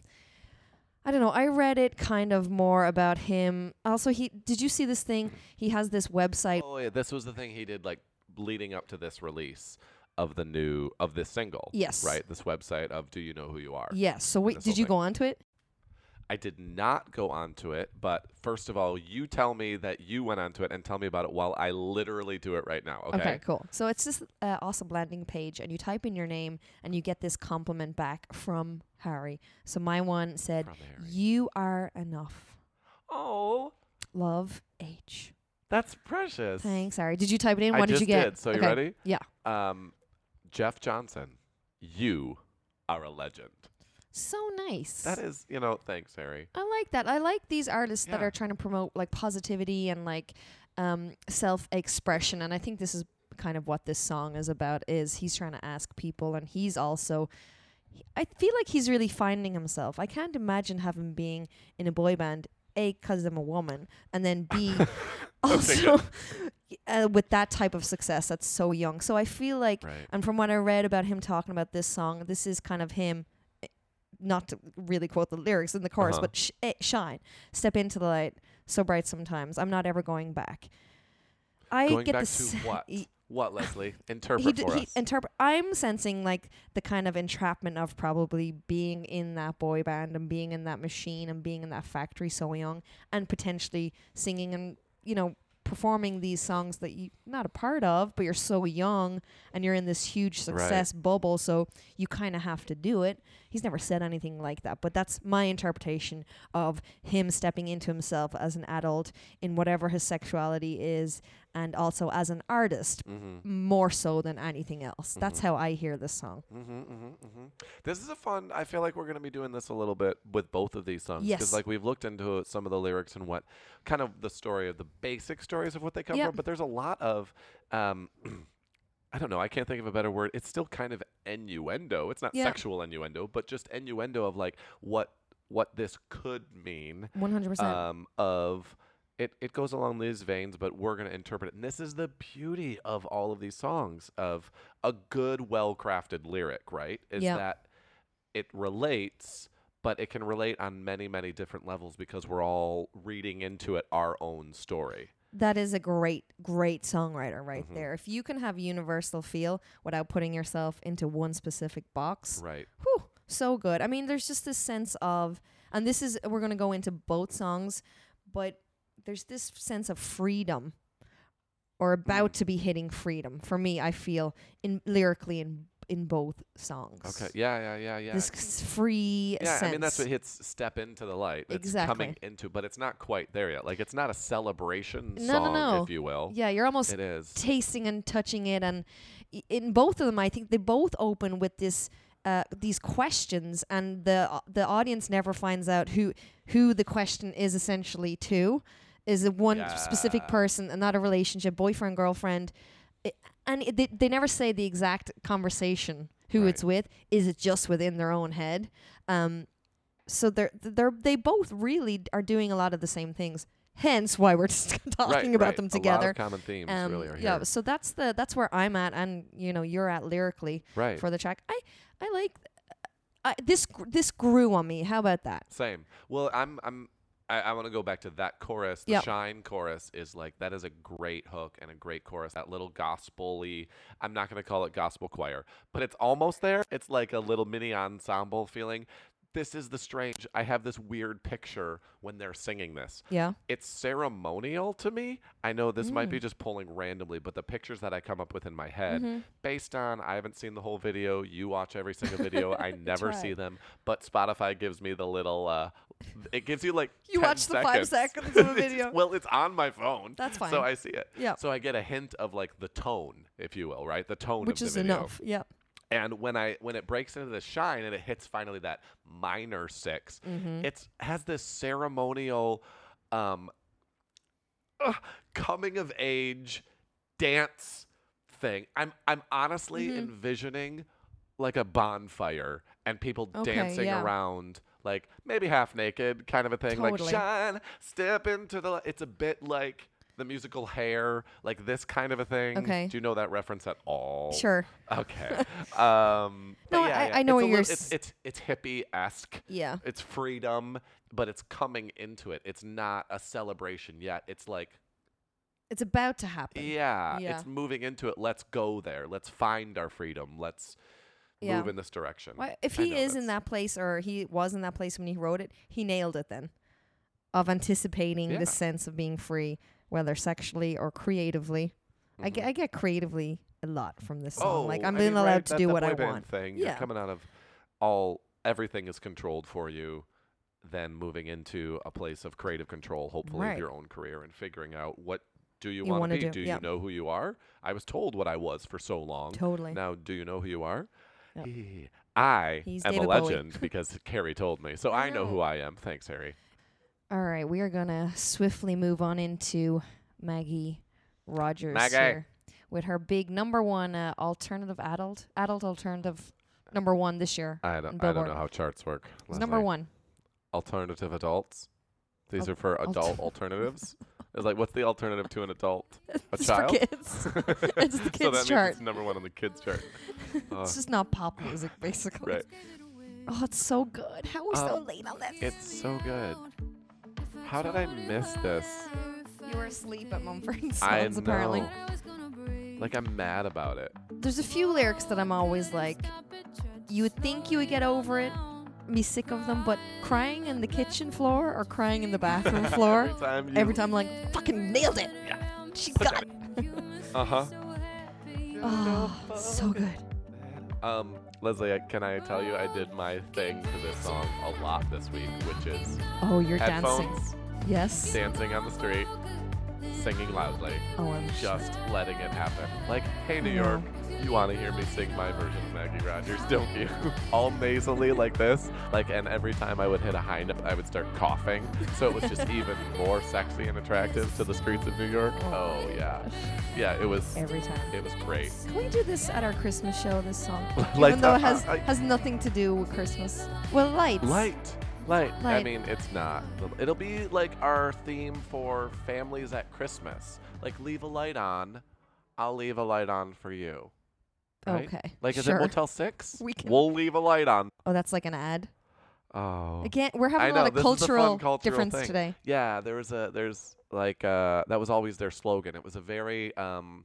[SPEAKER 2] I don't know. I read it kind of more about him. Also, he did you see this thing? He has this website.
[SPEAKER 1] Mm-hmm. Oh yeah, this was the thing he did like leading up to this release of the new of this single.
[SPEAKER 2] Yes.
[SPEAKER 1] Right? This website of Do You Know Who You Are?
[SPEAKER 2] Yes. So wait,
[SPEAKER 1] this
[SPEAKER 2] did
[SPEAKER 1] whole
[SPEAKER 2] you
[SPEAKER 1] thing.
[SPEAKER 2] go on to it?
[SPEAKER 1] I did not go onto it, but first of all, you tell me that you went onto it and tell me about it while I literally do it right now. Okay.
[SPEAKER 2] cool. So it's this uh, awesome landing page, and you type in your name, and you get this compliment back from Harry. So my one said,
[SPEAKER 1] From Harry.
[SPEAKER 2] "You are enough,
[SPEAKER 1] Oh,
[SPEAKER 2] love H."
[SPEAKER 1] that's precious.
[SPEAKER 2] Thanks, Harry. Did you type it in?
[SPEAKER 1] I
[SPEAKER 2] What did
[SPEAKER 1] just
[SPEAKER 2] you get?
[SPEAKER 1] did, so you
[SPEAKER 2] Okay.
[SPEAKER 1] ready?
[SPEAKER 2] Yeah.
[SPEAKER 1] Um, Jeff Johnson, you are a legend.
[SPEAKER 2] So nice.
[SPEAKER 1] That is, you know, thanks, Harry.
[SPEAKER 2] I like that. I like these artists that
[SPEAKER 1] Yeah.
[SPEAKER 2] are trying to promote like positivity and like um, self-expression, and I think this is kind of what this song is about. Is he's trying to ask people, and he's also. I feel like he's really finding himself. I can't imagine having being in a boy band. A, because I'm a woman, and then B,
[SPEAKER 1] Okay,
[SPEAKER 2] also uh, with that type of success that's so young. So I feel like,
[SPEAKER 1] Right.
[SPEAKER 2] and from what I read about him talking about this song, this is kind of him, eh, not to really quote the lyrics in the chorus,
[SPEAKER 1] Uh-huh.
[SPEAKER 2] but sh- eh, shine, step into the light, so bright sometimes. I'm not ever going back. I
[SPEAKER 1] Going
[SPEAKER 2] get
[SPEAKER 1] back
[SPEAKER 2] this.
[SPEAKER 1] to what? What, Leslie?
[SPEAKER 2] he,
[SPEAKER 1] Interpret
[SPEAKER 2] d-
[SPEAKER 1] for
[SPEAKER 2] he
[SPEAKER 1] us.
[SPEAKER 2] interpret. I'm sensing like the kind of entrapment of probably being in that boy band and being in that machine and being in that factory so young and potentially singing and you know performing these songs that you're not a part of, but you're so young and you're in this huge
[SPEAKER 1] Right.
[SPEAKER 2] success bubble, so you kind of have to do it. He's never said anything like that, but that's my interpretation of him stepping into himself as an adult in whatever his sexuality is and also as an artist
[SPEAKER 1] mm-hmm.
[SPEAKER 2] more so than anything else. That's how I hear this song.
[SPEAKER 1] hmm hmm hmm This is a fun. I feel like we're going to be doing this a little bit with both of these songs
[SPEAKER 2] Yes.
[SPEAKER 1] like we've looked into some of the lyrics and what kind of the story of the basic stories of what they come
[SPEAKER 2] Yep.
[SPEAKER 1] from. But there's a lot of, um, I don't know. I can't think of a better word. It's still kind of innuendo. It's not
[SPEAKER 2] Yeah.
[SPEAKER 1] sexual innuendo, but just innuendo of like what what this could mean.
[SPEAKER 2] 100%.
[SPEAKER 1] um, of it, it goes along these veins, but we're going to interpret it. And this is the beauty of all of these songs of a good, well crafted lyric, right? Is
[SPEAKER 2] Yeah.
[SPEAKER 1] that it relates, but it can relate on many, many different levels because we're all reading into it our own story.
[SPEAKER 2] that is a great, great songwriter right
[SPEAKER 1] Mhm.
[SPEAKER 2] there. If you can have universal feel without putting yourself into one specific box,
[SPEAKER 1] Right.
[SPEAKER 2] whew, so good. I mean, there's just this sense of, and this is, we're going to go into both songs, but there's this sense of freedom or about
[SPEAKER 1] Mm.
[SPEAKER 2] to be hitting freedom for me, I feel, in lyrically in, in both songs.
[SPEAKER 1] Okay. Yeah, yeah, yeah, yeah.
[SPEAKER 2] This c- free
[SPEAKER 1] yeah,
[SPEAKER 2] sense.
[SPEAKER 1] I mean that's what hits "Step Into the Light." It's coming into, but it's not quite there yet. Like it's not a celebration
[SPEAKER 2] No, no,
[SPEAKER 1] song,
[SPEAKER 2] no.
[SPEAKER 1] if you will.
[SPEAKER 2] yeah, you're almost
[SPEAKER 1] It is.
[SPEAKER 2] tasting and touching it and i- in both of them i think they both open with this uh, these questions and the uh, the audience never finds out who who the question is essentially to is a one specific
[SPEAKER 1] Yeah.
[SPEAKER 2] person and not a relationship boyfriend girlfriend I and it, they, they never say the exact conversation who
[SPEAKER 1] Right.
[SPEAKER 2] it's with is it just within their own head um so they're they're they both really are doing a lot of the same things hence why we're just talking about them
[SPEAKER 1] A lot
[SPEAKER 2] together
[SPEAKER 1] of common themes really are here.
[SPEAKER 2] Um, yeah, so that's the that's where I'm at, and you know you're at lyrically
[SPEAKER 1] right.
[SPEAKER 2] for the track. I I like I, this gr- this grew on me. How about that?
[SPEAKER 1] Same. Well, I'm I'm I, I want to go back to that chorus. The
[SPEAKER 2] Yep.
[SPEAKER 1] Shine chorus is like that is a great hook and a great chorus. That little gospel-y, I'm not going to call it gospel choir, but it's almost there. It's like a little mini ensemble feeling. This is the strange. I have this weird picture when they're singing this
[SPEAKER 2] Yeah,
[SPEAKER 1] it's ceremonial to me. I know this might
[SPEAKER 2] Mm.
[SPEAKER 1] be just pulling randomly, but the pictures that I come up with in my head,
[SPEAKER 2] Mm-hmm.
[SPEAKER 1] based on I haven't seen the whole video, you watch every single video, I never see
[SPEAKER 2] right.
[SPEAKER 1] them, but Spotify gives me the little, uh, it gives you like
[SPEAKER 2] You
[SPEAKER 1] 10
[SPEAKER 2] watch the five seconds of a
[SPEAKER 1] It's-
[SPEAKER 2] video.
[SPEAKER 1] well, it's on my phone,
[SPEAKER 2] That's fine.
[SPEAKER 1] so I see it.
[SPEAKER 2] Yeah.
[SPEAKER 1] So I get a hint of like the tone, if you will, right? The tone,
[SPEAKER 2] which
[SPEAKER 1] of
[SPEAKER 2] is
[SPEAKER 1] the video.
[SPEAKER 2] enough. Yeah,
[SPEAKER 1] And when I when it breaks into the shine and it hits finally that minor 6
[SPEAKER 2] Mm-hmm.
[SPEAKER 1] it's has this ceremonial um ugh, coming of age dance thing. I'm I'm honestly
[SPEAKER 2] Mm-hmm.
[SPEAKER 1] envisioning like a bonfire and people
[SPEAKER 2] Okay,
[SPEAKER 1] dancing
[SPEAKER 2] yeah.
[SPEAKER 1] around like maybe half naked kind of a thing like
[SPEAKER 2] Totally.
[SPEAKER 1] shine step into the li-" it's a bit like the musical hair like this kind of a thing
[SPEAKER 2] Okay.
[SPEAKER 1] do you know that reference at all
[SPEAKER 2] sure.
[SPEAKER 1] Okay. um, but
[SPEAKER 2] No,
[SPEAKER 1] yeah,
[SPEAKER 2] I-
[SPEAKER 1] yeah,
[SPEAKER 2] I know
[SPEAKER 1] it's a
[SPEAKER 2] what you're
[SPEAKER 1] little-
[SPEAKER 2] s-
[SPEAKER 1] It's it's, it's hippie esque.
[SPEAKER 2] Yeah,
[SPEAKER 1] It's freedom, but it's coming into it. It's not a celebration yet. It's like
[SPEAKER 2] it's about to happen.
[SPEAKER 1] yeah,
[SPEAKER 2] Yeah.
[SPEAKER 1] it's moving into it. Let's go there. Let's find our freedom. Let's
[SPEAKER 2] Yeah.
[SPEAKER 1] move in this direction.
[SPEAKER 2] Why- if
[SPEAKER 1] I
[SPEAKER 2] he
[SPEAKER 1] know
[SPEAKER 2] is in
[SPEAKER 1] that's-
[SPEAKER 2] that place, or he was in that place when he wrote it, he nailed it then, of anticipating
[SPEAKER 1] Yeah.
[SPEAKER 2] this sense of being free, whether sexually or creatively. I, get, I get creatively a lot from this song. like
[SPEAKER 1] Mm-hmm. Oh,
[SPEAKER 2] I'm
[SPEAKER 1] I
[SPEAKER 2] being
[SPEAKER 1] mean,
[SPEAKER 2] allowed
[SPEAKER 1] right,
[SPEAKER 2] to
[SPEAKER 1] that-
[SPEAKER 2] do
[SPEAKER 1] that
[SPEAKER 2] what I
[SPEAKER 1] boy band
[SPEAKER 2] want.
[SPEAKER 1] Thing.
[SPEAKER 2] Yeah.
[SPEAKER 1] You're coming out of all everything is controlled for you, then moving into a place of creative control, hopefully
[SPEAKER 2] Right.
[SPEAKER 1] of your own career and figuring out what do you,
[SPEAKER 2] You
[SPEAKER 1] want
[SPEAKER 2] wanna
[SPEAKER 1] to be?
[SPEAKER 2] do,
[SPEAKER 1] Do
[SPEAKER 2] yeah.
[SPEAKER 1] you know who you are? I was told what I was for so long.
[SPEAKER 2] Totally.
[SPEAKER 1] Now, do you know who you are?
[SPEAKER 2] Yep.
[SPEAKER 1] Hee. I
[SPEAKER 2] He's
[SPEAKER 1] am
[SPEAKER 2] David
[SPEAKER 1] a
[SPEAKER 2] Bowie.
[SPEAKER 1] legend because Harry told me. So
[SPEAKER 2] I
[SPEAKER 1] I know
[SPEAKER 2] know.
[SPEAKER 1] who I am. Thanks, Harry.
[SPEAKER 2] All right, we are gonna swiftly move on into Maggie Rogers
[SPEAKER 1] Maggie.
[SPEAKER 2] here with her big number one uh, alternative adult adult alternative number one this year.
[SPEAKER 1] I
[SPEAKER 2] on
[SPEAKER 1] don't, I don't
[SPEAKER 2] Billboard.
[SPEAKER 1] know how charts work.
[SPEAKER 2] It's number
[SPEAKER 1] Leslie.
[SPEAKER 2] one.
[SPEAKER 1] Alternative adults. These
[SPEAKER 2] Al-
[SPEAKER 1] are for
[SPEAKER 2] alt-
[SPEAKER 1] adult alternatives. It's like, what's the alternative to an adult? A
[SPEAKER 2] It's
[SPEAKER 1] child?
[SPEAKER 2] for kids. it's the
[SPEAKER 1] so that
[SPEAKER 2] kids
[SPEAKER 1] means
[SPEAKER 2] chart.
[SPEAKER 1] it's number one on the kids chart. Uh,
[SPEAKER 2] It's just not pop music, basically.
[SPEAKER 1] right.
[SPEAKER 2] Oh, it's so good. How are we so
[SPEAKER 1] Um,
[SPEAKER 2] late on this?
[SPEAKER 1] It's so good. How did I miss this?
[SPEAKER 2] You were asleep at Mumford and
[SPEAKER 1] I
[SPEAKER 2] Sons, apparently.
[SPEAKER 1] know. Like I'm mad about it.
[SPEAKER 2] There's a few lyrics that I'm always like, you would think you would get over it, be sick of them, but crying in the kitchen floor or crying in the bathroom floor,
[SPEAKER 1] every time. You,
[SPEAKER 2] every time, like, fucking nailed it. She got it.
[SPEAKER 1] Uh huh.
[SPEAKER 2] Oh, so good.
[SPEAKER 1] Um, Leslie, I- can I tell you I did my thing to this song a lot this week, which is
[SPEAKER 2] Oh, you're
[SPEAKER 1] headphones,
[SPEAKER 2] dancing. Yes.
[SPEAKER 1] dancing on the street, singing loudly,
[SPEAKER 2] Oh, I'm
[SPEAKER 1] just letting it happen. Like, hey, New York, you want to hear me sing my version of Maggie Rogers, don't you? All nasally like this. Like, and every time I would hit a high note, I would start coughing. So it was just even more sexy and attractive to the streets of New York.
[SPEAKER 2] Oh
[SPEAKER 1] Oh,
[SPEAKER 2] my
[SPEAKER 1] yeah. Yeah, it was.
[SPEAKER 2] every time.
[SPEAKER 1] It was great.
[SPEAKER 2] Can we do this at our Christmas show? This song,
[SPEAKER 1] Light
[SPEAKER 2] even though
[SPEAKER 1] up,
[SPEAKER 2] it has
[SPEAKER 1] uh, I- I-
[SPEAKER 2] has nothing to do with Christmas. Well, lights.
[SPEAKER 1] Light. Light. I
[SPEAKER 2] Light.
[SPEAKER 1] mean, it's not. It'll be like our theme for families at Christmas. Like, leave a light on. I'll leave a light on for you. Right?
[SPEAKER 2] Okay.
[SPEAKER 1] Like, is
[SPEAKER 2] sure.
[SPEAKER 1] it Motel 6?
[SPEAKER 2] We can-
[SPEAKER 1] will leave a light on.
[SPEAKER 2] Oh, that's like an ad.
[SPEAKER 1] Oh.
[SPEAKER 2] Again, we're
[SPEAKER 1] I know,
[SPEAKER 2] having a lot of
[SPEAKER 1] this is a fun
[SPEAKER 2] cultural,
[SPEAKER 1] cultural
[SPEAKER 2] difference
[SPEAKER 1] thing.
[SPEAKER 2] today.
[SPEAKER 1] Yeah, there was a, there's like, uh, that was always their slogan. It was a very, um,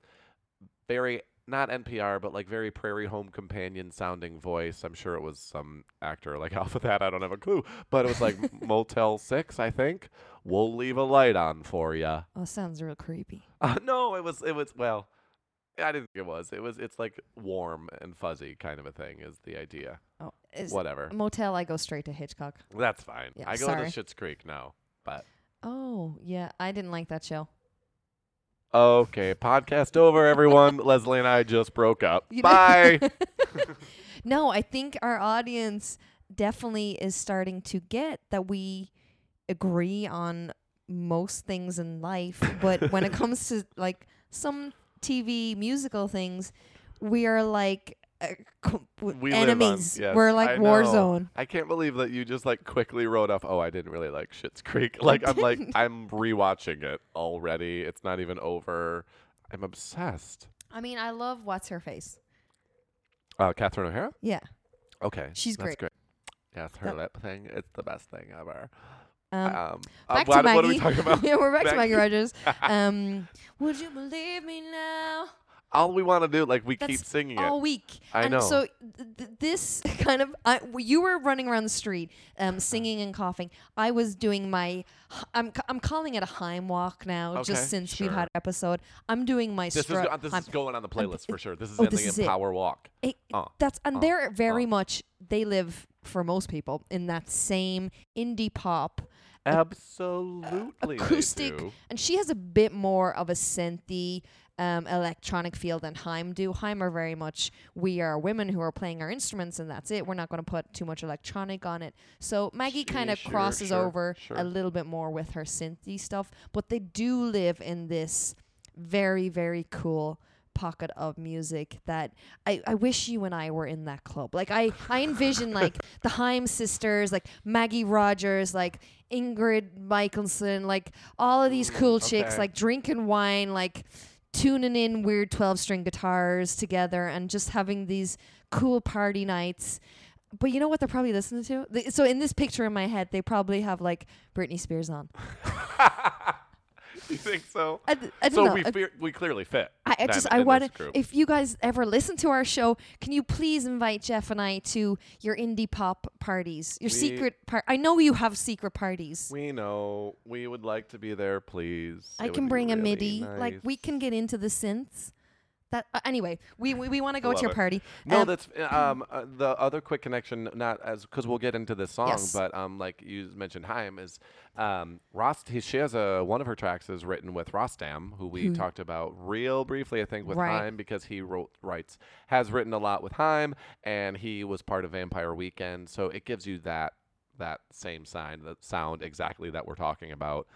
[SPEAKER 1] very, not NPR, but like very Prairie Home Companion sounding voice. I'm sure it was some actor like off of that. I don't have a clue. But it was like Motel 6, I think. We'll leave a light on for ya.
[SPEAKER 2] Oh, sounds real creepy.
[SPEAKER 1] Uh, no, it was it was well, I didn't think it was. It was it's like warm and fuzzy kind of a thing is the idea.
[SPEAKER 2] Oh, is
[SPEAKER 1] Whatever.
[SPEAKER 2] motel? I go straight to Hitchcock.
[SPEAKER 1] That's fine.
[SPEAKER 2] Yeah,
[SPEAKER 1] I go
[SPEAKER 2] sorry.
[SPEAKER 1] to Schitt's Creek now. But
[SPEAKER 2] Oh yeah, I didn't like that show.
[SPEAKER 1] okay, podcast over, everyone. Leslie and I just broke up.
[SPEAKER 2] You know-
[SPEAKER 1] Bye.
[SPEAKER 2] no, I think our audience definitely is starting to get that we agree on most things in life, but when it comes to like some TV musical things, we are like uh, com- w-
[SPEAKER 1] we live on-
[SPEAKER 2] enemies.
[SPEAKER 1] yes,
[SPEAKER 2] We're like
[SPEAKER 1] I
[SPEAKER 2] war
[SPEAKER 1] know.
[SPEAKER 2] zone.
[SPEAKER 1] I can't believe that you just like quickly wrote off. Oh, I didn't really like Schitt's Creek. Like I'm like I'm rewatching it already. It's not even over. I'm obsessed.
[SPEAKER 2] I mean, I love what's her face.
[SPEAKER 1] Uh, Catherine O'Hara.
[SPEAKER 2] Yeah.
[SPEAKER 1] Okay,
[SPEAKER 2] She's
[SPEAKER 1] that's
[SPEAKER 2] great.
[SPEAKER 1] Yes, her
[SPEAKER 2] Yep.
[SPEAKER 1] lip thing. It's the best thing ever.
[SPEAKER 2] Um,
[SPEAKER 1] um, uh,
[SPEAKER 2] back
[SPEAKER 1] what,
[SPEAKER 2] to Maggie.
[SPEAKER 1] what are we talking about?
[SPEAKER 2] yeah, we're back, to
[SPEAKER 1] Maggie. Ah.
[SPEAKER 2] Maggie Rogers. Um, would you believe me now?
[SPEAKER 1] All we want to do, like we keep
[SPEAKER 2] That's
[SPEAKER 1] singing it.
[SPEAKER 2] all week.
[SPEAKER 1] I
[SPEAKER 2] and
[SPEAKER 1] know.
[SPEAKER 2] So th- th- this kind of I, w- you were running around the street, um, singing and coughing. I was doing my h- I'm c- I'm calling it a Heim walk now,
[SPEAKER 1] Okay,
[SPEAKER 2] just since
[SPEAKER 1] sure.
[SPEAKER 2] we've had our episode. I'm doing my
[SPEAKER 1] this is
[SPEAKER 2] strut.
[SPEAKER 1] go- uh, this
[SPEAKER 2] I'm-
[SPEAKER 1] is going on the playlist for sure. This is
[SPEAKER 2] oh,
[SPEAKER 1] ending
[SPEAKER 2] this is
[SPEAKER 1] in
[SPEAKER 2] it.
[SPEAKER 1] Power Walk.
[SPEAKER 2] it-
[SPEAKER 1] Uh,
[SPEAKER 2] that's and
[SPEAKER 1] uh,
[SPEAKER 2] they're very
[SPEAKER 1] uh.
[SPEAKER 2] much they live for most people in that same indie pop
[SPEAKER 1] Absolutely, they
[SPEAKER 2] acoustic,
[SPEAKER 1] do.
[SPEAKER 2] and she has a bit more of a synthy um, electronic feel than Heim do. Heim are very much we are women who are playing our instruments, and that's it. We're not going to put too much electronic on it. So Maggie
[SPEAKER 1] She-
[SPEAKER 2] kind of
[SPEAKER 1] sure,
[SPEAKER 2] crosses
[SPEAKER 1] sure,
[SPEAKER 2] over
[SPEAKER 1] sure.
[SPEAKER 2] a little bit more with her synthy stuff, but they do live in this very very cool pocket of music that I, I wish you and I were in that club. Like I I envision like the Heim sisters, like Maggie Rogers, like Ingrid Michaelson, like all of these cool chicks
[SPEAKER 1] okay.
[SPEAKER 2] like drinking wine, like tuning in weird 12 string guitars together and just having these cool party nights. But you know what they're probably listening to? They- So in this picture in my head, they probably have like Britney Spears on.
[SPEAKER 1] you think so?
[SPEAKER 2] I, d- I don't
[SPEAKER 1] so
[SPEAKER 2] know.
[SPEAKER 1] we
[SPEAKER 2] I-
[SPEAKER 1] fear, we clearly fit.
[SPEAKER 2] I, I
[SPEAKER 1] then
[SPEAKER 2] just
[SPEAKER 1] in
[SPEAKER 2] I
[SPEAKER 1] this
[SPEAKER 2] want to.
[SPEAKER 1] group.
[SPEAKER 2] If you guys ever listen to our show, can you please invite Jeff and I to your indie pop parties, your
[SPEAKER 1] We-
[SPEAKER 2] secret part? I know you have secret parties.
[SPEAKER 1] we know we would like to be there, please.
[SPEAKER 2] I
[SPEAKER 1] It
[SPEAKER 2] can
[SPEAKER 1] would be
[SPEAKER 2] bring a
[SPEAKER 1] really
[SPEAKER 2] midi. Like we
[SPEAKER 1] nice.
[SPEAKER 2] can get into the synths. That uh, anyway, we we, we want to go
[SPEAKER 1] Love
[SPEAKER 2] to your
[SPEAKER 1] it.
[SPEAKER 2] party.
[SPEAKER 1] No,
[SPEAKER 2] Um,
[SPEAKER 1] that's uh, um uh, the other quick connection, not as because we'll get into this song,
[SPEAKER 2] Yes.
[SPEAKER 1] but um like you mentioned, Haim is um Rost. He, she has a one of her tracks is written with Rostam, who we talked about real briefly, I think, with
[SPEAKER 2] Hmm. Right.
[SPEAKER 1] Haim because he wrote writes has written a lot with Haim, and he was part of Vampire Weekend, so it gives you that that same sign, that sound exactly that we're talking about,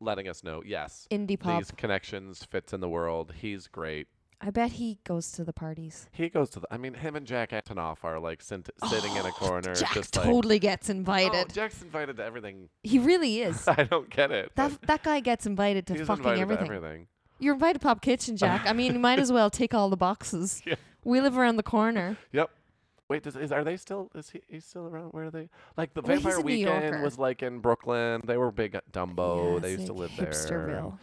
[SPEAKER 1] letting us know yes,
[SPEAKER 2] indie pop.
[SPEAKER 1] these connections fits in the world. He's great.
[SPEAKER 2] I bet he goes to the parties.
[SPEAKER 1] He goes to the. I mean, him and Jack Antonoff are like sint- sitting in a corner,
[SPEAKER 2] Oh, Jack
[SPEAKER 1] just like.
[SPEAKER 2] totally gets
[SPEAKER 1] Oh,
[SPEAKER 2] invited.
[SPEAKER 1] Jack's invited to everything.
[SPEAKER 2] he really is.
[SPEAKER 1] I don't get it.
[SPEAKER 2] that
[SPEAKER 1] but
[SPEAKER 2] that guy gets invited to
[SPEAKER 1] he's
[SPEAKER 2] fucking
[SPEAKER 1] invited
[SPEAKER 2] everything.
[SPEAKER 1] to everything.
[SPEAKER 2] You're invited to Pop Kitchen, Jack. I mean, you might as well take all the boxes.
[SPEAKER 1] Yeah.
[SPEAKER 2] We live around the corner.
[SPEAKER 1] Yep. Wait, does, is, are they still? Is he? He's still around? Where are they? Like the
[SPEAKER 2] Well, he's
[SPEAKER 1] Vampire
[SPEAKER 2] a New Yorker.
[SPEAKER 1] Weekend was like in Brooklyn. They were big at Dumbo.
[SPEAKER 2] Yeah,
[SPEAKER 1] they
[SPEAKER 2] it's
[SPEAKER 1] used to
[SPEAKER 2] like
[SPEAKER 1] live there.
[SPEAKER 2] Hipsterville.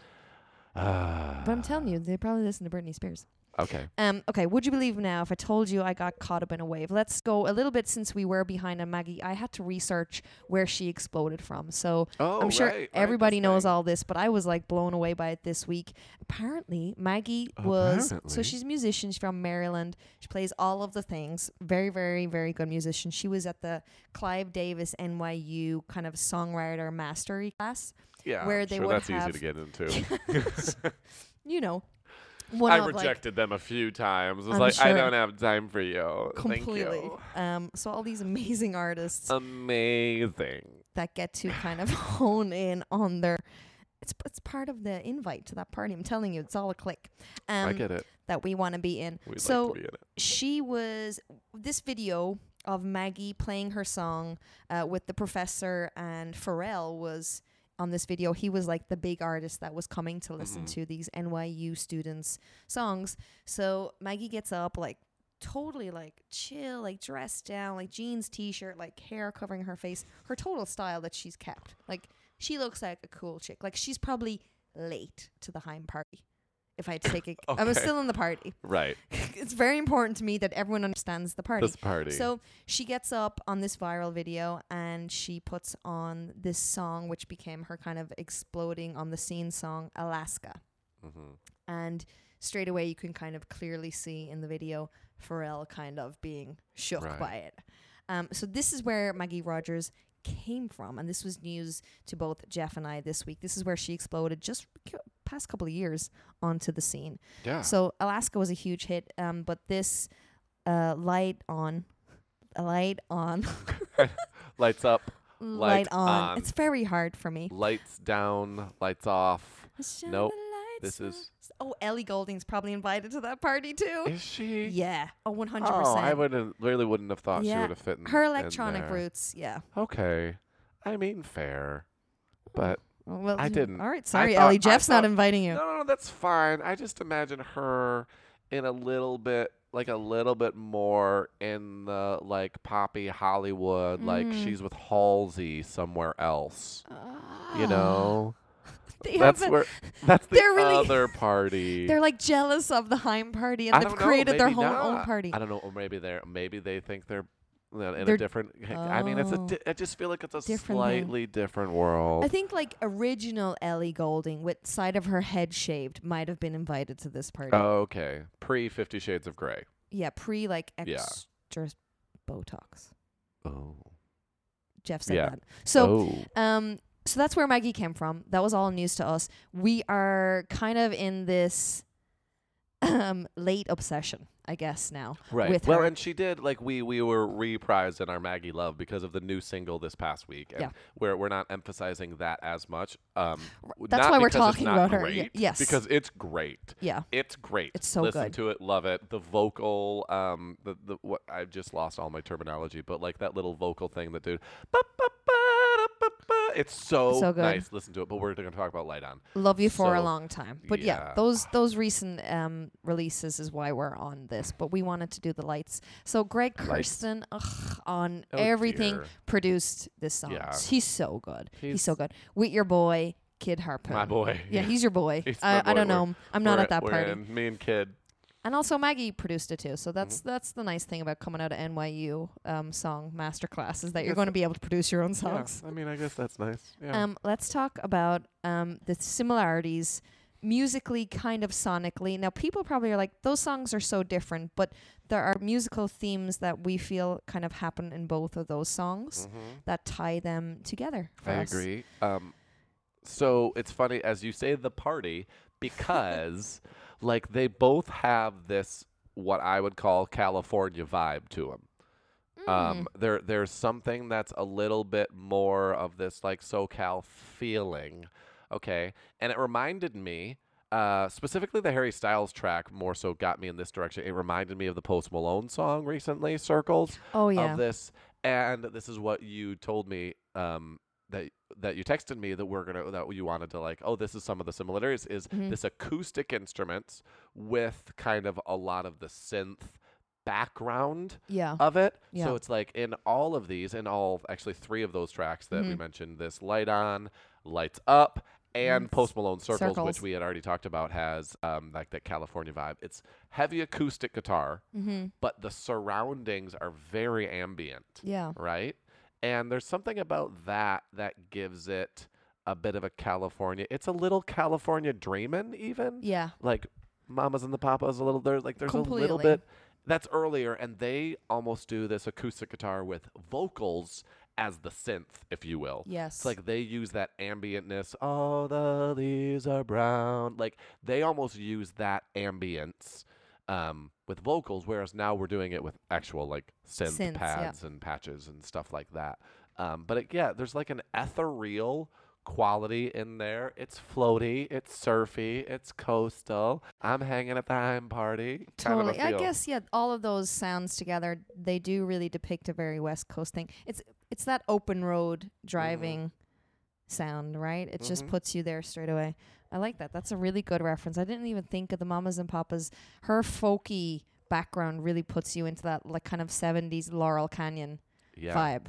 [SPEAKER 1] Ah.
[SPEAKER 2] But I'm telling you, they probably listen to Britney Spears.
[SPEAKER 1] Okay.
[SPEAKER 2] Um, okay, would you believe now if I told you I got caught up in a wave? Let's go a little bit since we were behind on Maggie. I had to research where she exploded from. So
[SPEAKER 1] Oh,
[SPEAKER 2] I'm sure
[SPEAKER 1] right, right,
[SPEAKER 2] everybody
[SPEAKER 1] this
[SPEAKER 2] knows
[SPEAKER 1] thing.
[SPEAKER 2] all this, but I was like blown away by it this week. Apparently, Maggie was so
[SPEAKER 1] Apparently.
[SPEAKER 2] she's a musician, she's from Maryland. She plays all of the things. Very, very, very good musician. She was at the Clive Davis NYU kind of songwriter mastery class.
[SPEAKER 1] Yeah.
[SPEAKER 2] where
[SPEAKER 1] I'm
[SPEAKER 2] they
[SPEAKER 1] sure
[SPEAKER 2] would
[SPEAKER 1] that's
[SPEAKER 2] have-
[SPEAKER 1] easy to get into.
[SPEAKER 2] You know. One
[SPEAKER 1] I
[SPEAKER 2] of, like,
[SPEAKER 1] rejected them a few times. It's
[SPEAKER 2] I'm
[SPEAKER 1] like I
[SPEAKER 2] sure.
[SPEAKER 1] don't have time for you. Uh,
[SPEAKER 2] completely.
[SPEAKER 1] Thank you.
[SPEAKER 2] Um, so all these amazing artists
[SPEAKER 1] Amazing.
[SPEAKER 2] that get to kind of hone in on their. It's, it's part of the invite to that party. I'm telling you, it's all a click um,
[SPEAKER 1] I get it.
[SPEAKER 2] that we want to be in.
[SPEAKER 1] We'd
[SPEAKER 2] so
[SPEAKER 1] like to be in it.
[SPEAKER 2] she was this video of Maggie playing her song uh, with the professor and Pharrell was on this video. He was like the big artist that was coming to listen to these NYU students' songs. So Maggie gets up like totally like chill, like dressed down, like jeans, t-shirt, like hair covering her face. Her total style that she's kept. Like she looks like a cool chick. Like she's probably late to the Heim party. If I had to take it, I was
[SPEAKER 1] Okay.
[SPEAKER 2] still in the party
[SPEAKER 1] Right.
[SPEAKER 2] it's very important to me that everyone understands the party.
[SPEAKER 1] This party.
[SPEAKER 2] So she gets up on this viral video and she puts on this song, which became her kind of exploding on the scene song, Alaska.
[SPEAKER 1] Mm-hmm.
[SPEAKER 2] And straight away, you can kind of clearly see in the video Pharrell kind of being shook
[SPEAKER 1] Right.
[SPEAKER 2] by it. Um, so this is where Maggie Rogers came from, and this was news to both Jeff and I this week. This is where she exploded just c- past couple of years onto the scene.
[SPEAKER 1] yeah.
[SPEAKER 2] So Alaska was a huge hit, um, but this uh, light on, light on,
[SPEAKER 1] lights up, Light
[SPEAKER 2] light, on.
[SPEAKER 1] On.
[SPEAKER 2] It's very hard for me.
[SPEAKER 1] lights down, lights off.
[SPEAKER 2] Shine
[SPEAKER 1] Nope.
[SPEAKER 2] the lights
[SPEAKER 1] This is-
[SPEAKER 2] on. Oh, Ellie Golding's probably invited to that party too.
[SPEAKER 1] Is she?
[SPEAKER 2] Yeah, oh, one hundred
[SPEAKER 1] Oh, I
[SPEAKER 2] percent.
[SPEAKER 1] wouldn't really wouldn't have thought she
[SPEAKER 2] Yeah.
[SPEAKER 1] would have fit in
[SPEAKER 2] Her
[SPEAKER 1] in
[SPEAKER 2] electronic
[SPEAKER 1] there.
[SPEAKER 2] roots, yeah.
[SPEAKER 1] Okay. I mean, fair. But
[SPEAKER 2] Well,
[SPEAKER 1] I
[SPEAKER 2] you-
[SPEAKER 1] didn't.
[SPEAKER 2] All right,
[SPEAKER 1] I
[SPEAKER 2] sorry,
[SPEAKER 1] thought-
[SPEAKER 2] Ellie.
[SPEAKER 1] I
[SPEAKER 2] Jeff's not
[SPEAKER 1] thought-
[SPEAKER 2] inviting you.
[SPEAKER 1] no, no, no, that's fine. I just imagine her in a little bit, like a little bit more in the like poppy Hollywood, like
[SPEAKER 2] Mm.
[SPEAKER 1] she's with Halsey somewhere else. You
[SPEAKER 2] Ah.
[SPEAKER 1] know,
[SPEAKER 2] they
[SPEAKER 1] that's
[SPEAKER 2] haven't-
[SPEAKER 1] where that's the
[SPEAKER 2] they're really-
[SPEAKER 1] other party.
[SPEAKER 2] they're like jealous of the Heim party,
[SPEAKER 1] I
[SPEAKER 2] and they've
[SPEAKER 1] don't know,
[SPEAKER 2] created their
[SPEAKER 1] maybe
[SPEAKER 2] whole own
[SPEAKER 1] not.
[SPEAKER 2] party.
[SPEAKER 1] I don't know. Or maybe they're maybe they think they're in a- in
[SPEAKER 2] They're-
[SPEAKER 1] a different. I mean, it's a.
[SPEAKER 2] Oh.
[SPEAKER 1] Di- I just feel like it's a
[SPEAKER 2] Different thing.
[SPEAKER 1] slightly different world.
[SPEAKER 2] I think like original Ellie Golding with side of her head shaved might have been invited to this party.
[SPEAKER 1] Oh, okay. Pre Fifty Shades of Grey.
[SPEAKER 2] yeah, pre like
[SPEAKER 1] Yeah.
[SPEAKER 2] extra Botox.
[SPEAKER 1] Oh.
[SPEAKER 2] Jeff said
[SPEAKER 1] Yeah.
[SPEAKER 2] that. So
[SPEAKER 1] oh.
[SPEAKER 2] um so that's where Maggie came from. That was all news to us. We are kind of in this um late obsession, I guess now.
[SPEAKER 1] Right.
[SPEAKER 2] with
[SPEAKER 1] well,
[SPEAKER 2] her.
[SPEAKER 1] and she did like we we were reprised in our Maggie Love because of the new single this past week, and
[SPEAKER 2] Yeah.
[SPEAKER 1] we're we're not emphasizing that as much. Um, w-
[SPEAKER 2] that's
[SPEAKER 1] not
[SPEAKER 2] why we're
[SPEAKER 1] because
[SPEAKER 2] talking
[SPEAKER 1] it's not
[SPEAKER 2] about her. Y-
[SPEAKER 1] Great,
[SPEAKER 2] yes.
[SPEAKER 1] because it's great.
[SPEAKER 2] Yeah.
[SPEAKER 1] It's great.
[SPEAKER 2] It's so
[SPEAKER 1] Listen
[SPEAKER 2] good.
[SPEAKER 1] to it, love it. The vocal, um, the the what I just lost all my terminology, but like that little vocal thing that dude. ba- ba- ba- da- ba- ba. It's so,
[SPEAKER 2] So good.
[SPEAKER 1] nice. Listen to it, but we're going to talk about Light On.
[SPEAKER 2] Love you for a
[SPEAKER 1] So,
[SPEAKER 2] long time. But yeah,
[SPEAKER 1] yeah.
[SPEAKER 2] those those recent um releases is why we're on this, but we wanted to do the lights. So Greg
[SPEAKER 1] Lights.
[SPEAKER 2] Kirsten ugh, on
[SPEAKER 1] Oh,
[SPEAKER 2] everything
[SPEAKER 1] dear.
[SPEAKER 2] produced this song.
[SPEAKER 1] Yeah.
[SPEAKER 2] He's so good. He's, so
[SPEAKER 1] He's-
[SPEAKER 2] good. With your boy Kid Harpoon.
[SPEAKER 1] My boy.
[SPEAKER 2] Yeah, he's your boy.
[SPEAKER 1] He's my
[SPEAKER 2] I, I
[SPEAKER 1] boy.
[SPEAKER 2] don't know.
[SPEAKER 1] We're-
[SPEAKER 2] him. I'm not
[SPEAKER 1] We're
[SPEAKER 2] at that
[SPEAKER 1] we're
[SPEAKER 2] party.
[SPEAKER 1] in. Mm-hmm. Me and Kid.
[SPEAKER 2] And also Maggie produced it too. So that's that's the nice thing about coming out of NYU um, song masterclass is that you're
[SPEAKER 1] Yes.
[SPEAKER 2] going to be able to produce your own
[SPEAKER 1] Yeah,
[SPEAKER 2] songs.
[SPEAKER 1] I mean, I guess that's nice. Yeah.
[SPEAKER 2] Um, let's talk about um, the similarities musically, kind of sonically. Now, people probably are like, those songs are so different, but there are musical themes that we feel kind of happen in both of those songs that tie them together. For
[SPEAKER 1] Mm-hmm. I
[SPEAKER 2] us.
[SPEAKER 1] agree. Um, so it's funny as you say the party because like they both have this what I would call California vibe to them. Um,
[SPEAKER 2] Hmm.
[SPEAKER 1] there there's something that's a little bit more of this like SoCal feeling, okay? And it reminded me Uh, specifically, the Harry Styles track more so got me in this direction. It reminded me of the Post Malone song recently, "Circles,"
[SPEAKER 2] Oh
[SPEAKER 1] of
[SPEAKER 2] yeah.
[SPEAKER 1] this, and this is what you told me um, that that you texted me that we're gonna that you wanted to like. Oh, this is some of the similarities. Is
[SPEAKER 2] Mhm.
[SPEAKER 1] this acoustic instruments with kind of a lot of the synth background
[SPEAKER 2] Yeah.
[SPEAKER 1] of it.
[SPEAKER 2] Yeah.
[SPEAKER 1] So it's like in all of these, in all actually three of those tracks that we
[SPEAKER 2] Mhm.
[SPEAKER 1] mentioned, this light on, lights up, and
[SPEAKER 2] Mm,
[SPEAKER 1] Post Malone Circles,
[SPEAKER 2] Circles.
[SPEAKER 1] which we had already talked about, has um, like that California vibe. It's heavy acoustic guitar,
[SPEAKER 2] mm-hmm.
[SPEAKER 1] but the surroundings are very ambient,
[SPEAKER 2] Yeah.
[SPEAKER 1] right? And there's something about that that gives it a bit of a California. It's a little California dreamin', even
[SPEAKER 2] Yeah.
[SPEAKER 1] like mamas and the papas a little there like there's a little
[SPEAKER 2] Completely.
[SPEAKER 1] bit that's earlier and they almost do this acoustic guitar with vocals as the synth if you will
[SPEAKER 2] Yes.
[SPEAKER 1] it's like they use that ambientness all the leaves are brown like they almost use that ambience um, with vocals whereas now we're doing it with actual like synth
[SPEAKER 2] Synths, yeah.
[SPEAKER 1] pads and patches and stuff like that um, but it, yeah there's like an ethereal quality in there. It's floaty, it's surfy, it's coastal. I'm hanging at the hime party. kind of a
[SPEAKER 2] totally. I
[SPEAKER 1] feel.
[SPEAKER 2] guess yeah. All of those sounds together, they do really depict a very West Coast thing. It's it's that open road
[SPEAKER 1] Mm-hmm.
[SPEAKER 2] driving sound, right? It just
[SPEAKER 1] Mhm.
[SPEAKER 2] puts you there straight away. I like that. That's a really good reference. I didn't even think of the mamas and papas. Her folky background really puts you into that like kind of seventies Laurel Canyon
[SPEAKER 1] yeah.
[SPEAKER 2] vibe.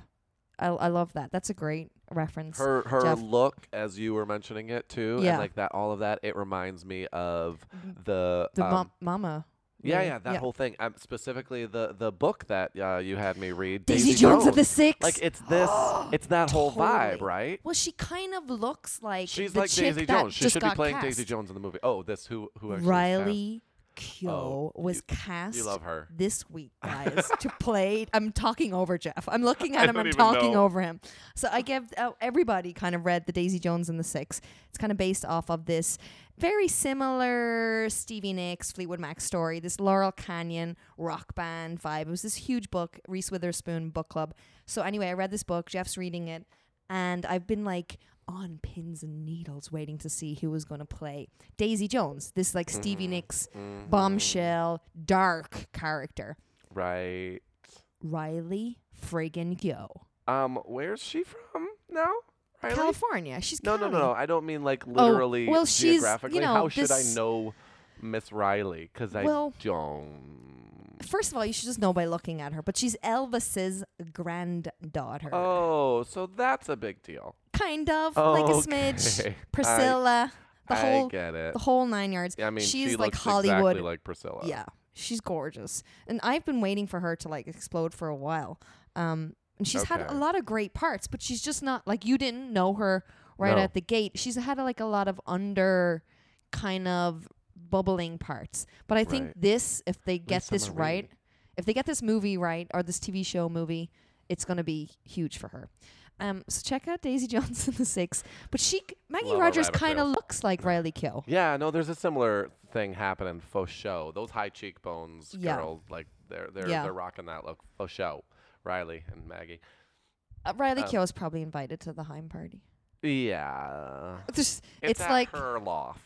[SPEAKER 2] I I love that. That's a great reference.
[SPEAKER 1] Her her
[SPEAKER 2] Jeff.
[SPEAKER 1] look as you were mentioning it too,
[SPEAKER 2] Yeah. Mm-hmm.
[SPEAKER 1] and like that all of that, it reminds me of the
[SPEAKER 2] the
[SPEAKER 1] um,
[SPEAKER 2] mom, mama.
[SPEAKER 1] yeah
[SPEAKER 2] really.
[SPEAKER 1] yeah that whole thing. Um, specifically the the book that uh, you had me read,
[SPEAKER 2] Daisy, Jones at the Six.
[SPEAKER 1] Like it's this, it's that whole vibe,
[SPEAKER 2] Totally.
[SPEAKER 1] right?
[SPEAKER 2] Well, she kind of looks like
[SPEAKER 1] She's
[SPEAKER 2] the
[SPEAKER 1] like
[SPEAKER 2] chick
[SPEAKER 1] Daisy
[SPEAKER 2] that
[SPEAKER 1] Jones. She
[SPEAKER 2] just
[SPEAKER 1] should be
[SPEAKER 2] got
[SPEAKER 1] playing
[SPEAKER 2] cast.
[SPEAKER 1] Daisy Jones in the movie. Oh, this who who actually was cast?
[SPEAKER 2] Riley Keough
[SPEAKER 1] Oh,
[SPEAKER 2] was
[SPEAKER 1] you-
[SPEAKER 2] cast.
[SPEAKER 1] You love her.
[SPEAKER 2] This week, guys, to play. I'm talking over Jeff. I'm looking at
[SPEAKER 1] I
[SPEAKER 2] him.
[SPEAKER 1] don't
[SPEAKER 2] I'm
[SPEAKER 1] even
[SPEAKER 2] talking
[SPEAKER 1] know.
[SPEAKER 2] over him. So I give uh, everybody kind of read the Daisy Jones and the Six. It's kind of based off of this very similar Stevie Nicks, Fleetwood Mac story. This Laurel Canyon rock band vibe. It was this huge book, Reese Witherspoon book club. So anyway, I read this book. Jeff's reading it, and I've been like on pins and needles waiting to see who was going to play Daisy Jones, this like Stevie
[SPEAKER 1] Mm.
[SPEAKER 2] Nicks
[SPEAKER 1] Mm-hmm.
[SPEAKER 2] bombshell dark character.
[SPEAKER 1] Right.
[SPEAKER 2] Riley friggin' Yo.
[SPEAKER 1] Um, where's she from now? Riley?
[SPEAKER 2] California. She's
[SPEAKER 1] no, no,
[SPEAKER 2] Cali.
[SPEAKER 1] no, no. I don't mean like literally
[SPEAKER 2] Oh, well, she's, you
[SPEAKER 1] geographically.
[SPEAKER 2] know,
[SPEAKER 1] How should I
[SPEAKER 2] this-
[SPEAKER 1] know Miss Riley? Because I
[SPEAKER 2] Well-
[SPEAKER 1] don't.
[SPEAKER 2] First of all, you should just know by looking at her, but she's Elvis's granddaughter.
[SPEAKER 1] Oh, so that's a big deal.
[SPEAKER 2] kind of like a smidge.
[SPEAKER 1] Oh, Okay. I-
[SPEAKER 2] Priscilla. the
[SPEAKER 1] I
[SPEAKER 2] whole
[SPEAKER 1] get it.
[SPEAKER 2] the whole nine yards.
[SPEAKER 1] I mean,
[SPEAKER 2] she's
[SPEAKER 1] she
[SPEAKER 2] like
[SPEAKER 1] looks
[SPEAKER 2] Hollywood.
[SPEAKER 1] exactly like Priscilla.
[SPEAKER 2] yeah. She's gorgeous. And I've been waiting for her to like explode for a while. Um and she's had
[SPEAKER 1] Okay.
[SPEAKER 2] a lot of great parts, but she's just not like you didn't know her right
[SPEAKER 1] No.
[SPEAKER 2] at the gate. She's had like a lot of under kind of bubbling parts. But I think
[SPEAKER 1] Right.
[SPEAKER 2] this if they get
[SPEAKER 1] Lisa
[SPEAKER 2] this
[SPEAKER 1] Marie.
[SPEAKER 2] right, if they get this movie right or this TV show movie, it's going to be huge for her. Um, so check out Daisy Jones in the Six, but she Maggie
[SPEAKER 1] Love our
[SPEAKER 2] Rogers
[SPEAKER 1] rabbit
[SPEAKER 2] kind of
[SPEAKER 1] trails.
[SPEAKER 2] looks like Riley Keough.
[SPEAKER 1] Yeah, no, there's a similar thing happening for show. Those high cheekbones
[SPEAKER 2] Yeah.
[SPEAKER 1] girls, like they're they're
[SPEAKER 2] Yeah.
[SPEAKER 1] they're rocking that look for show. Riley and Maggie.
[SPEAKER 2] Uh, Riley
[SPEAKER 1] Um,
[SPEAKER 2] Keough is probably invited to the Heim party.
[SPEAKER 1] Yeah,
[SPEAKER 2] It's, just- it's
[SPEAKER 1] at
[SPEAKER 2] like
[SPEAKER 1] her loft.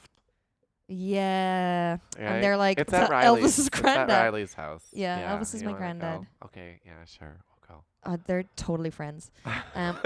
[SPEAKER 2] yeah,
[SPEAKER 1] right?
[SPEAKER 2] and they're like
[SPEAKER 1] it's
[SPEAKER 2] "It's
[SPEAKER 1] at
[SPEAKER 2] not
[SPEAKER 1] Riley's.
[SPEAKER 2] Elvis's
[SPEAKER 1] At
[SPEAKER 2] granddad.
[SPEAKER 1] Riley's house.
[SPEAKER 2] Yeah, Elvis is
[SPEAKER 1] you
[SPEAKER 2] my
[SPEAKER 1] wanna go?
[SPEAKER 2] granddad.
[SPEAKER 1] Okay, yeah, sure. We'll go.
[SPEAKER 2] Uh, they're totally friends. Um,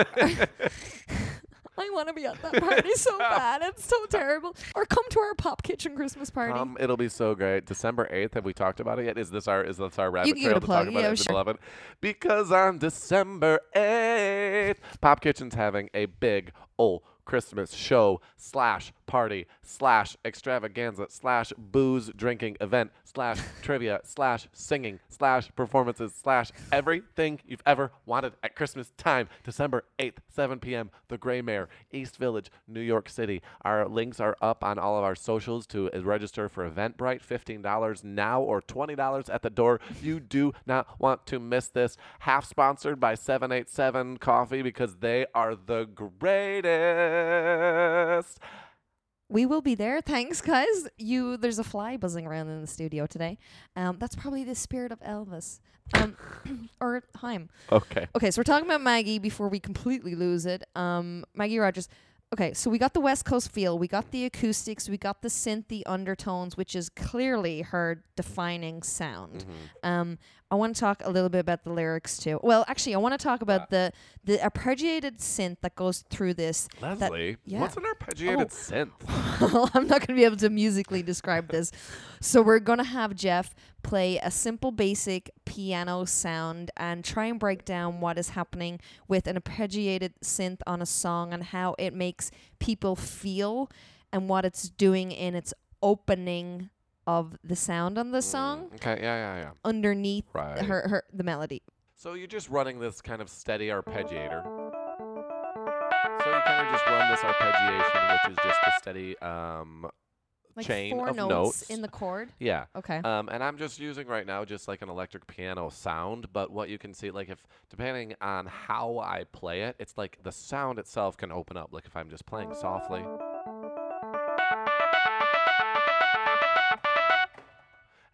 [SPEAKER 2] I want to be at that party so bad. It's so terrible. Or come to our pop kitchen Christmas party.
[SPEAKER 1] Um, it'll be so great. December eighth. Have we talked about it yet? Is this our is this our rabbit
[SPEAKER 2] can give
[SPEAKER 1] trail
[SPEAKER 2] it a
[SPEAKER 1] to
[SPEAKER 2] plug.
[SPEAKER 1] talk about
[SPEAKER 2] Yeah,
[SPEAKER 1] it?
[SPEAKER 2] sure.
[SPEAKER 1] Beloved? Because on December eighth, Pop Kitchen's having a big old Christmas show slash party slash extravaganza slash booze drinking event slash trivia slash singing slash performances slash everything you've ever wanted at Christmas time. December 8th, 7 p.m. The Gray Mare, East Village, New York City. Our links are up on all of our socials to uh, register for Eventbrite. $15 now or $20 at the door. You do not want to miss this. Half sponsored by 787 Coffee because they are the greatest.
[SPEAKER 2] we will be there. Thanks, guys. You, there's a fly buzzing around in the studio today. Um, that's probably the spirit of Elvis, um, or Heim.
[SPEAKER 1] Okay.
[SPEAKER 2] Okay, so we're talking about Maggie before we completely lose it. Um, Maggie Rogers. okay, so we got the West Coast feel, we got the acoustics, we got the synthy undertones, which is clearly her defining sound. Um, I want to talk a little bit about the lyrics too. Well, actually, I want to talk about the the arpeggiated synth that goes through this. that-
[SPEAKER 1] Leslie,
[SPEAKER 2] yeah. Oh.
[SPEAKER 1] what's an arpeggiated synth?
[SPEAKER 2] I'm not going to be able to musically describe this. So we're going to have Jeff play a simple basic piano sound and try and break down what is happening with an arpeggiated synth on a song and how it makes people feel and what it's doing in its opening of the sound on the song
[SPEAKER 1] Okay, yeah, yeah, yeah.
[SPEAKER 2] underneath
[SPEAKER 1] Mm. Right.
[SPEAKER 2] her, her the melody.
[SPEAKER 1] So you're just running this kind of steady arpeggiator. So you kind of just run this arpeggiation, which is just the steady um,
[SPEAKER 2] Like
[SPEAKER 1] Chain
[SPEAKER 2] four
[SPEAKER 1] of
[SPEAKER 2] notes,
[SPEAKER 1] notes.
[SPEAKER 2] in the chord.
[SPEAKER 1] yeah.
[SPEAKER 2] Okay.
[SPEAKER 1] Um, and I'm just using right now just like an electric piano sound, but what you can see, like if depending on how I play it, it's like the sound itself can open up. Like if I'm just playing softly.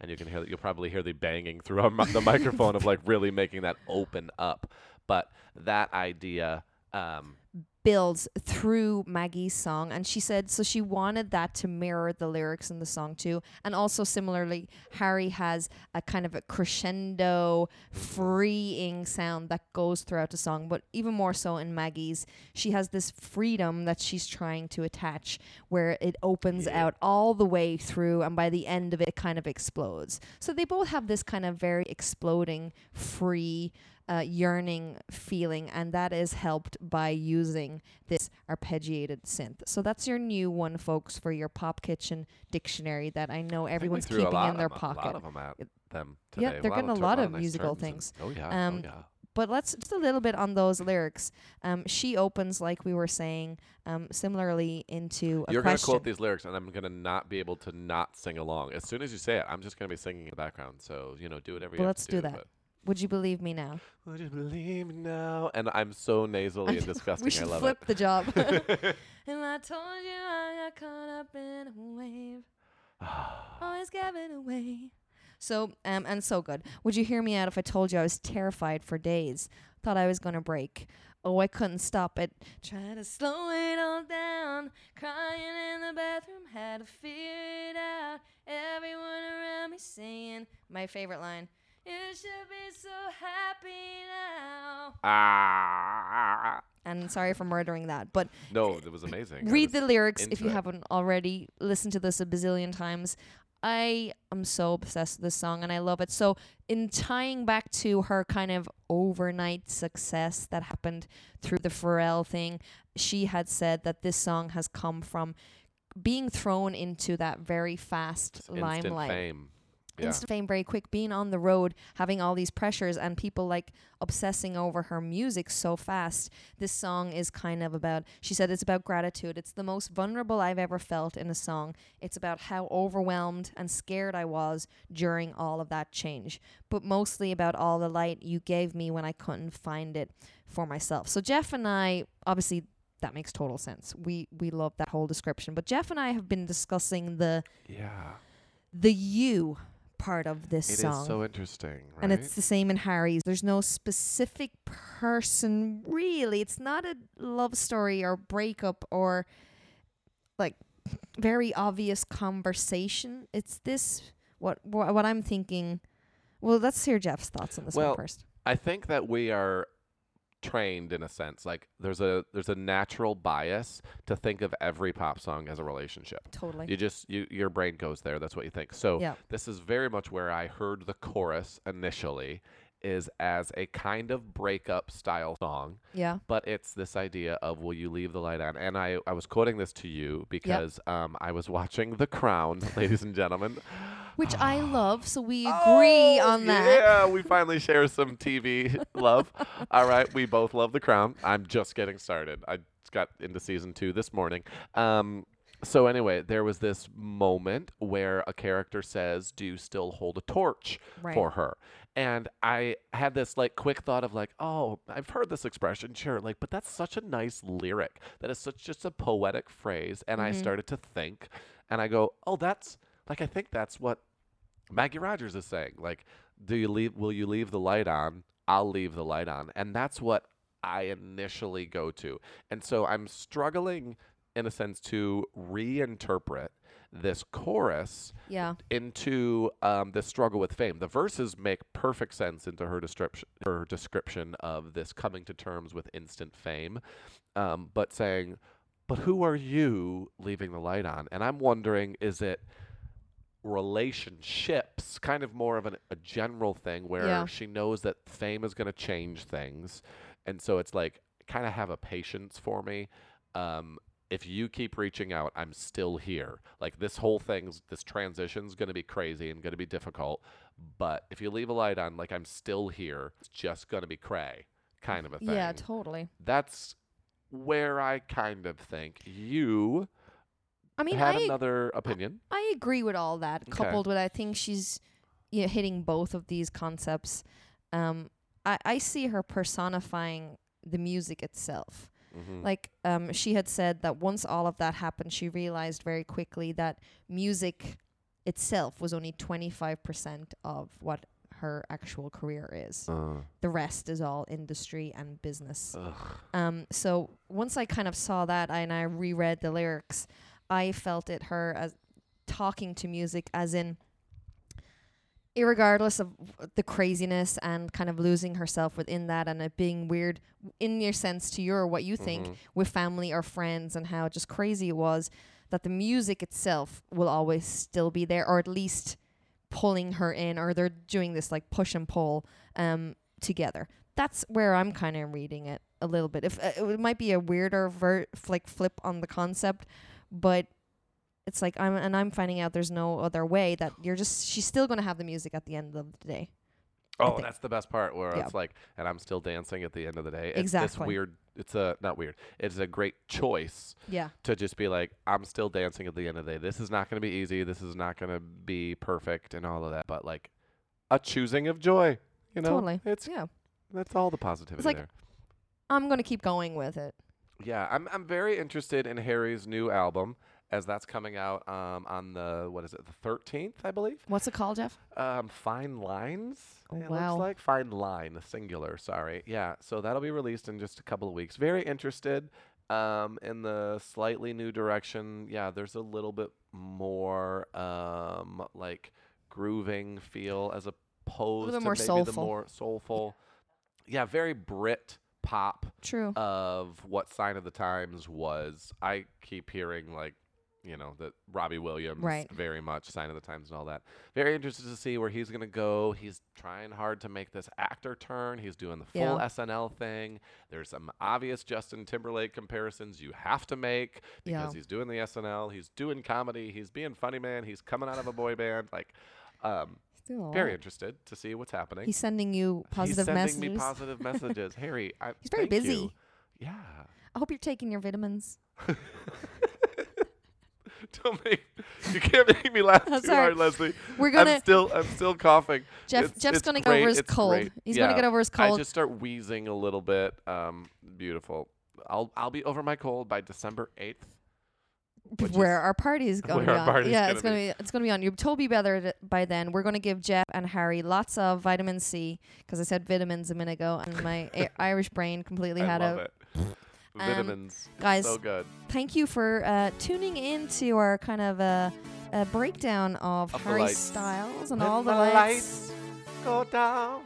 [SPEAKER 1] And you can hear that you'll probably hear the banging through our mi- the microphone of like really making that open up. But that idea, um,
[SPEAKER 2] builds through Maggie's song. And she said, so she wanted that to mirror the lyrics in the song too. And also, similarly, Harry has a kind of a crescendo, freeing sound that goes throughout the song. But even more so in Maggie's, she has this freedom that she's trying to attach where it opens out all the way through. And by the end of it, it kind of explodes. So they both have this kind of very exploding, free, uh, yearning feeling, and that is helped by using this arpeggiated synth. So that's your new one, folks, for your Pop Kitchen dictionary that I know
[SPEAKER 1] I think we
[SPEAKER 2] everyone's
[SPEAKER 1] threw a
[SPEAKER 2] keeping
[SPEAKER 1] lot
[SPEAKER 2] in their
[SPEAKER 1] of 'em- A lot
[SPEAKER 2] pocket.
[SPEAKER 1] of them at them today.
[SPEAKER 2] Yeah, they're getting a
[SPEAKER 1] tur-
[SPEAKER 2] lot of
[SPEAKER 1] nice
[SPEAKER 2] musical
[SPEAKER 1] turns and-
[SPEAKER 2] things.
[SPEAKER 1] oh yeah,
[SPEAKER 2] Um,
[SPEAKER 1] oh yeah.
[SPEAKER 2] But let's just a little bit on those lyrics. Um, she opens, like we were saying, um, similarly into a
[SPEAKER 1] You're going to
[SPEAKER 2] question.
[SPEAKER 1] quote these lyrics, and I'm going to not be able to not sing along. As soon as you say it, I'm just going to be singing in the background. So, you know, do whatever you
[SPEAKER 2] Well,
[SPEAKER 1] have
[SPEAKER 2] let's
[SPEAKER 1] to
[SPEAKER 2] do
[SPEAKER 1] do.
[SPEAKER 2] that.
[SPEAKER 1] but-
[SPEAKER 2] Would you believe me now?
[SPEAKER 1] Would you believe me now? And I'm so nasally and disgusting.
[SPEAKER 2] we
[SPEAKER 1] I
[SPEAKER 2] should
[SPEAKER 1] love
[SPEAKER 2] flip
[SPEAKER 1] it.
[SPEAKER 2] the job. and I told you I got caught up in a wave. Always giving away. So um and so good. Would you hear me out if I told you I was terrified for days? Thought I was gonna break. Oh, I couldn't stop it. Try to slow it all down. Crying in the bathroom, had to figure it out. Everyone around me singing my favorite line. You should be so happy now.
[SPEAKER 1] Ah.
[SPEAKER 2] And sorry for murdering that, but
[SPEAKER 1] No, that was amazing. I
[SPEAKER 2] read
[SPEAKER 1] was-
[SPEAKER 2] the lyrics if
[SPEAKER 1] into
[SPEAKER 2] you
[SPEAKER 1] it.
[SPEAKER 2] haven't already listened to this a bazillion times i am so obsessed with this song and i love it so in tying back to her kind of overnight success that happened through the pharrell thing she had said that this song has come from being thrown into that very fast
[SPEAKER 1] instant
[SPEAKER 2] limelight
[SPEAKER 1] fame. Yeah.
[SPEAKER 2] instant fame very quick being on the road having all these pressures and people like obsessing over her music so fast this song is kind of about she said it's about gratitude it's the most vulnerable i've ever felt in a song it's about how overwhelmed and scared i was during all of that change but mostly about all the light you gave me when i couldn't find it for myself so jeff and i obviously that makes total sense. We we love that whole description. But Jeff and I have been discussing the
[SPEAKER 1] yeah.
[SPEAKER 2] the you part of this
[SPEAKER 1] It is
[SPEAKER 2] song.
[SPEAKER 1] so interesting, right?
[SPEAKER 2] and it's the same in Harry's. There's no specific person really. It's not a love story or breakup or like very obvious conversation. It's this what what, what I'm thinking. Well, let's hear Jeff's thoughts on this
[SPEAKER 1] Well,
[SPEAKER 2] one first.
[SPEAKER 1] I think that we are trained in a sense. Like there's a there's a natural bias to think of every pop song as a relationship.
[SPEAKER 2] Totally.
[SPEAKER 1] You just you your brain goes there. That's what you think. So
[SPEAKER 2] Yeah.
[SPEAKER 1] this is very much where I heard the chorus initially is as a kind of breakup style song,
[SPEAKER 2] yeah.
[SPEAKER 1] but it's this idea of will you leave the light on? And I I was quoting this to you because um I was watching The Crown, ladies and gentlemen.
[SPEAKER 2] Which I love, so we agree
[SPEAKER 1] Oh,
[SPEAKER 2] on that.
[SPEAKER 1] Yeah, we finally share some TV love. All right, we both love The Crown. I'm just getting started. I just got into season two this morning. Um, so anyway, there was this moment where a character says, "Do you still hold a torch
[SPEAKER 2] Right.
[SPEAKER 1] for her?" And I had this like quick thought of like, "Oh, I've heard this expression, sure, like, but that's such a nice lyric. That is such just a poetic phrase." And I started to think, and I go, "Oh, that's like I think that's what Maggie Rogers is saying, like, do you leave? Will you leave the light on? I'll leave the light on, and that's what I initially go to. And so I'm struggling, in a sense, to reinterpret this chorus
[SPEAKER 2] Yeah.
[SPEAKER 1] into um, the struggle with fame. The verses make perfect sense into her description, her description of this coming to terms with instant fame, um, but saying, "But who are you leaving the light on?" And I'm wondering, is it relationships kind of more of an, a general thing where
[SPEAKER 2] Yeah.
[SPEAKER 1] she knows that fame is going to change things and so it's like kind of have a patience for me um, if you keep reaching out i'm still here like this whole thing's this transition's going to be crazy and going to be difficult but if you leave a light on like i'm still here it's just going to be cray kind of a thing
[SPEAKER 2] Yeah, totally.
[SPEAKER 1] that's where i kind of think you
[SPEAKER 2] I mean,
[SPEAKER 1] had
[SPEAKER 2] I
[SPEAKER 1] another opinion
[SPEAKER 2] I agree with all that.
[SPEAKER 1] Okay.
[SPEAKER 2] Coupled with, I think she's you know, hitting both of these concepts. Um, I, I see her personifying the music itself.
[SPEAKER 1] Mhm.
[SPEAKER 2] Like um, she had said that once all of that happened, she realized very quickly that music itself was only 25% of what her actual career is.
[SPEAKER 1] Uh,
[SPEAKER 2] The rest is all industry and business.
[SPEAKER 1] ugh.
[SPEAKER 2] Um, so once I kind of saw that and I reread the lyrics, I felt it her as talking to music as in irregardless of the craziness and kind of losing herself within that and it being weird in your sense to your what you think
[SPEAKER 1] Mhm.
[SPEAKER 2] with family or friends and how just crazy it was that the music itself will always still be there or at least pulling her in or they're doing this like push and pull um, together that's where i'm kind of reading it a little bit if uh, it might be a weirder ver- f- like flip on the concept but it's like i'm and i'm finding out there's no other way that you're just she's still going to have the music at the end of the day I
[SPEAKER 1] Oh,
[SPEAKER 2] think.
[SPEAKER 1] that's the best part where
[SPEAKER 2] Yeah.
[SPEAKER 1] it's like, and I'm still dancing at the end of the day. It's this
[SPEAKER 2] Exactly.
[SPEAKER 1] weird, it's a, not weird, it's a great choice
[SPEAKER 2] yeah
[SPEAKER 1] to just be like, I'm still dancing at the end of the day. This is not going to be easy. This is not going to be perfect and all of that. But like a choosing of joy, you know?
[SPEAKER 2] totally
[SPEAKER 1] It's,
[SPEAKER 2] yeah
[SPEAKER 1] that's all the positivity
[SPEAKER 2] like-
[SPEAKER 1] there.
[SPEAKER 2] i'm going to keep going with it
[SPEAKER 1] Yeah, I'm, I'm very interested in Harry's new album as that's coming out um, on the, what is it, the 13th, I believe?
[SPEAKER 2] what's it called jeff
[SPEAKER 1] Um, fine lines.
[SPEAKER 2] Oh,
[SPEAKER 1] it
[SPEAKER 2] wow.
[SPEAKER 1] looks like fine line, singular. Sorry. Yeah. So that'll be released in just a couple of weeks. Very interested um, in the slightly new direction. Yeah, there's a little bit more um, like grooving feel as opposed
[SPEAKER 2] bit
[SPEAKER 1] to
[SPEAKER 2] more
[SPEAKER 1] maybe the
[SPEAKER 2] soulful.
[SPEAKER 1] more soulful. Yeah, very Brit pop
[SPEAKER 2] true
[SPEAKER 1] of what sign of the times was. I keep hearing like, you know, that Robbie Williams
[SPEAKER 2] Right.
[SPEAKER 1] very much sign of the times and all that. Very interested to see where he's gonna go. He's trying hard to make this actor turn. He's doing the full
[SPEAKER 2] Yeah.
[SPEAKER 1] SNL thing. There's some obvious Justin Timberlake comparisons you have to make
[SPEAKER 2] Yeah.
[SPEAKER 1] because he's doing the SNL. He's doing comedy. He's being funny man. He's coming out of a boy band. Like, um, very interested to see what's happening.
[SPEAKER 2] he's sending you positive
[SPEAKER 1] he's sending
[SPEAKER 2] messages
[SPEAKER 1] me positive messages. Harry, I,
[SPEAKER 2] He's very
[SPEAKER 1] thank you.
[SPEAKER 2] busy.
[SPEAKER 1] Yeah.
[SPEAKER 2] i hope you're taking your vitamins
[SPEAKER 1] Don't make you can't make me laugh
[SPEAKER 2] I'm
[SPEAKER 1] too
[SPEAKER 2] sorry.
[SPEAKER 1] hard, Leslie.
[SPEAKER 2] we're going
[SPEAKER 1] I'm
[SPEAKER 2] to
[SPEAKER 1] still I'm still coughing.
[SPEAKER 2] jeff
[SPEAKER 1] It's-
[SPEAKER 2] jeff's
[SPEAKER 1] it's
[SPEAKER 2] going to get over
[SPEAKER 1] great,
[SPEAKER 2] his
[SPEAKER 1] it's
[SPEAKER 2] cold
[SPEAKER 1] great.
[SPEAKER 2] he's going
[SPEAKER 1] Yeah.
[SPEAKER 2] to get over his
[SPEAKER 1] I
[SPEAKER 2] cold
[SPEAKER 1] just start wheezing a little bit. Um, beautiful. I'll I'll be over my cold by December eighth.
[SPEAKER 2] P-
[SPEAKER 1] which
[SPEAKER 2] where
[SPEAKER 1] is
[SPEAKER 2] our party is going to
[SPEAKER 1] where
[SPEAKER 2] be
[SPEAKER 1] our
[SPEAKER 2] on.
[SPEAKER 1] party's
[SPEAKER 2] yeah,
[SPEAKER 1] gonna
[SPEAKER 2] it's going to be it's going to be on. You told me better th- by then. We're going to give Jeff and Harry lots of vitamin C because I said vitamins a minute ago, and my I- Irish brain completely
[SPEAKER 1] I
[SPEAKER 2] had
[SPEAKER 1] love
[SPEAKER 2] a
[SPEAKER 1] it. Vitamins,
[SPEAKER 2] guys.
[SPEAKER 1] so good.
[SPEAKER 2] Thank you for uh, tuning in to our kind of uh, uh, breakdown of,
[SPEAKER 1] Of the
[SPEAKER 2] Harry
[SPEAKER 1] lights.
[SPEAKER 2] Styles and
[SPEAKER 1] When
[SPEAKER 2] all the lights.
[SPEAKER 1] lights go down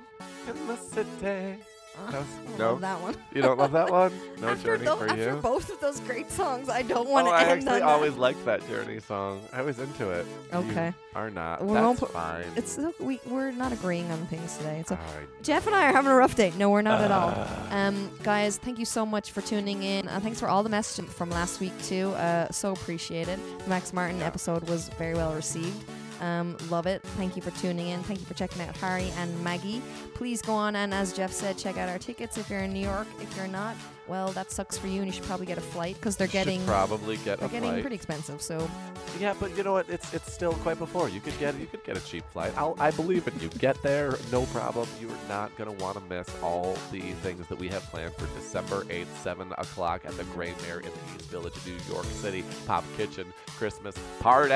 [SPEAKER 1] in the city.
[SPEAKER 2] Ah,
[SPEAKER 1] That was-
[SPEAKER 2] I
[SPEAKER 1] no.
[SPEAKER 2] love that one.
[SPEAKER 1] You don't love that one? No
[SPEAKER 2] after,
[SPEAKER 1] journey
[SPEAKER 2] tho-
[SPEAKER 1] for
[SPEAKER 2] after
[SPEAKER 1] you.
[SPEAKER 2] both of those great songs, I don't
[SPEAKER 1] Oh,
[SPEAKER 2] want to
[SPEAKER 1] I
[SPEAKER 2] end on
[SPEAKER 1] actually
[SPEAKER 2] that.
[SPEAKER 1] always liked that Journey song. I was into it. You
[SPEAKER 2] Okay.
[SPEAKER 1] are not.
[SPEAKER 2] We won't
[SPEAKER 1] That's
[SPEAKER 2] put-
[SPEAKER 1] fine.
[SPEAKER 2] It's so- we we're not agreeing on things today. It's a,
[SPEAKER 1] I
[SPEAKER 2] Jeff and I are having a rough day. No, we're not at all.
[SPEAKER 1] Uh,
[SPEAKER 2] Um, guys, thank you so much for tuning in. Uh, thanks for all the messages from last week too. Uh, so appreciated. The Max Martin
[SPEAKER 1] Yeah.
[SPEAKER 2] episode was very well received. Um, love it. Thank you for tuning in. Thank you for checking out Harry and Maggie. Please go on and, as Jeff said, check out our tickets if you're in New York. If you're not, well, that sucks for you, and you should probably get a flight because they're
[SPEAKER 1] should
[SPEAKER 2] getting
[SPEAKER 1] probably get
[SPEAKER 2] they're
[SPEAKER 1] a
[SPEAKER 2] getting
[SPEAKER 1] flight.
[SPEAKER 2] pretty expensive. So
[SPEAKER 1] Yeah, but you know what? It's it's still quite before. You could get you could get a cheap flight. I'll, I believe in you. Get there, no problem. You are not gonna want to miss all the things that we have planned for December 8th, 7 o'clock at the Grey Mare in the East Village of New York City Pop Kitchen Christmas Party.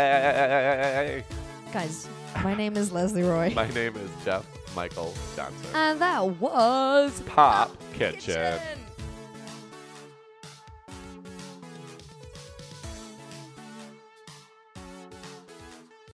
[SPEAKER 2] guys, my name is Leslie Roy, Uh,
[SPEAKER 1] My name is Jeff Michael Johnson.
[SPEAKER 2] and that was
[SPEAKER 1] Pop Kitchen.
[SPEAKER 2] Kitchen.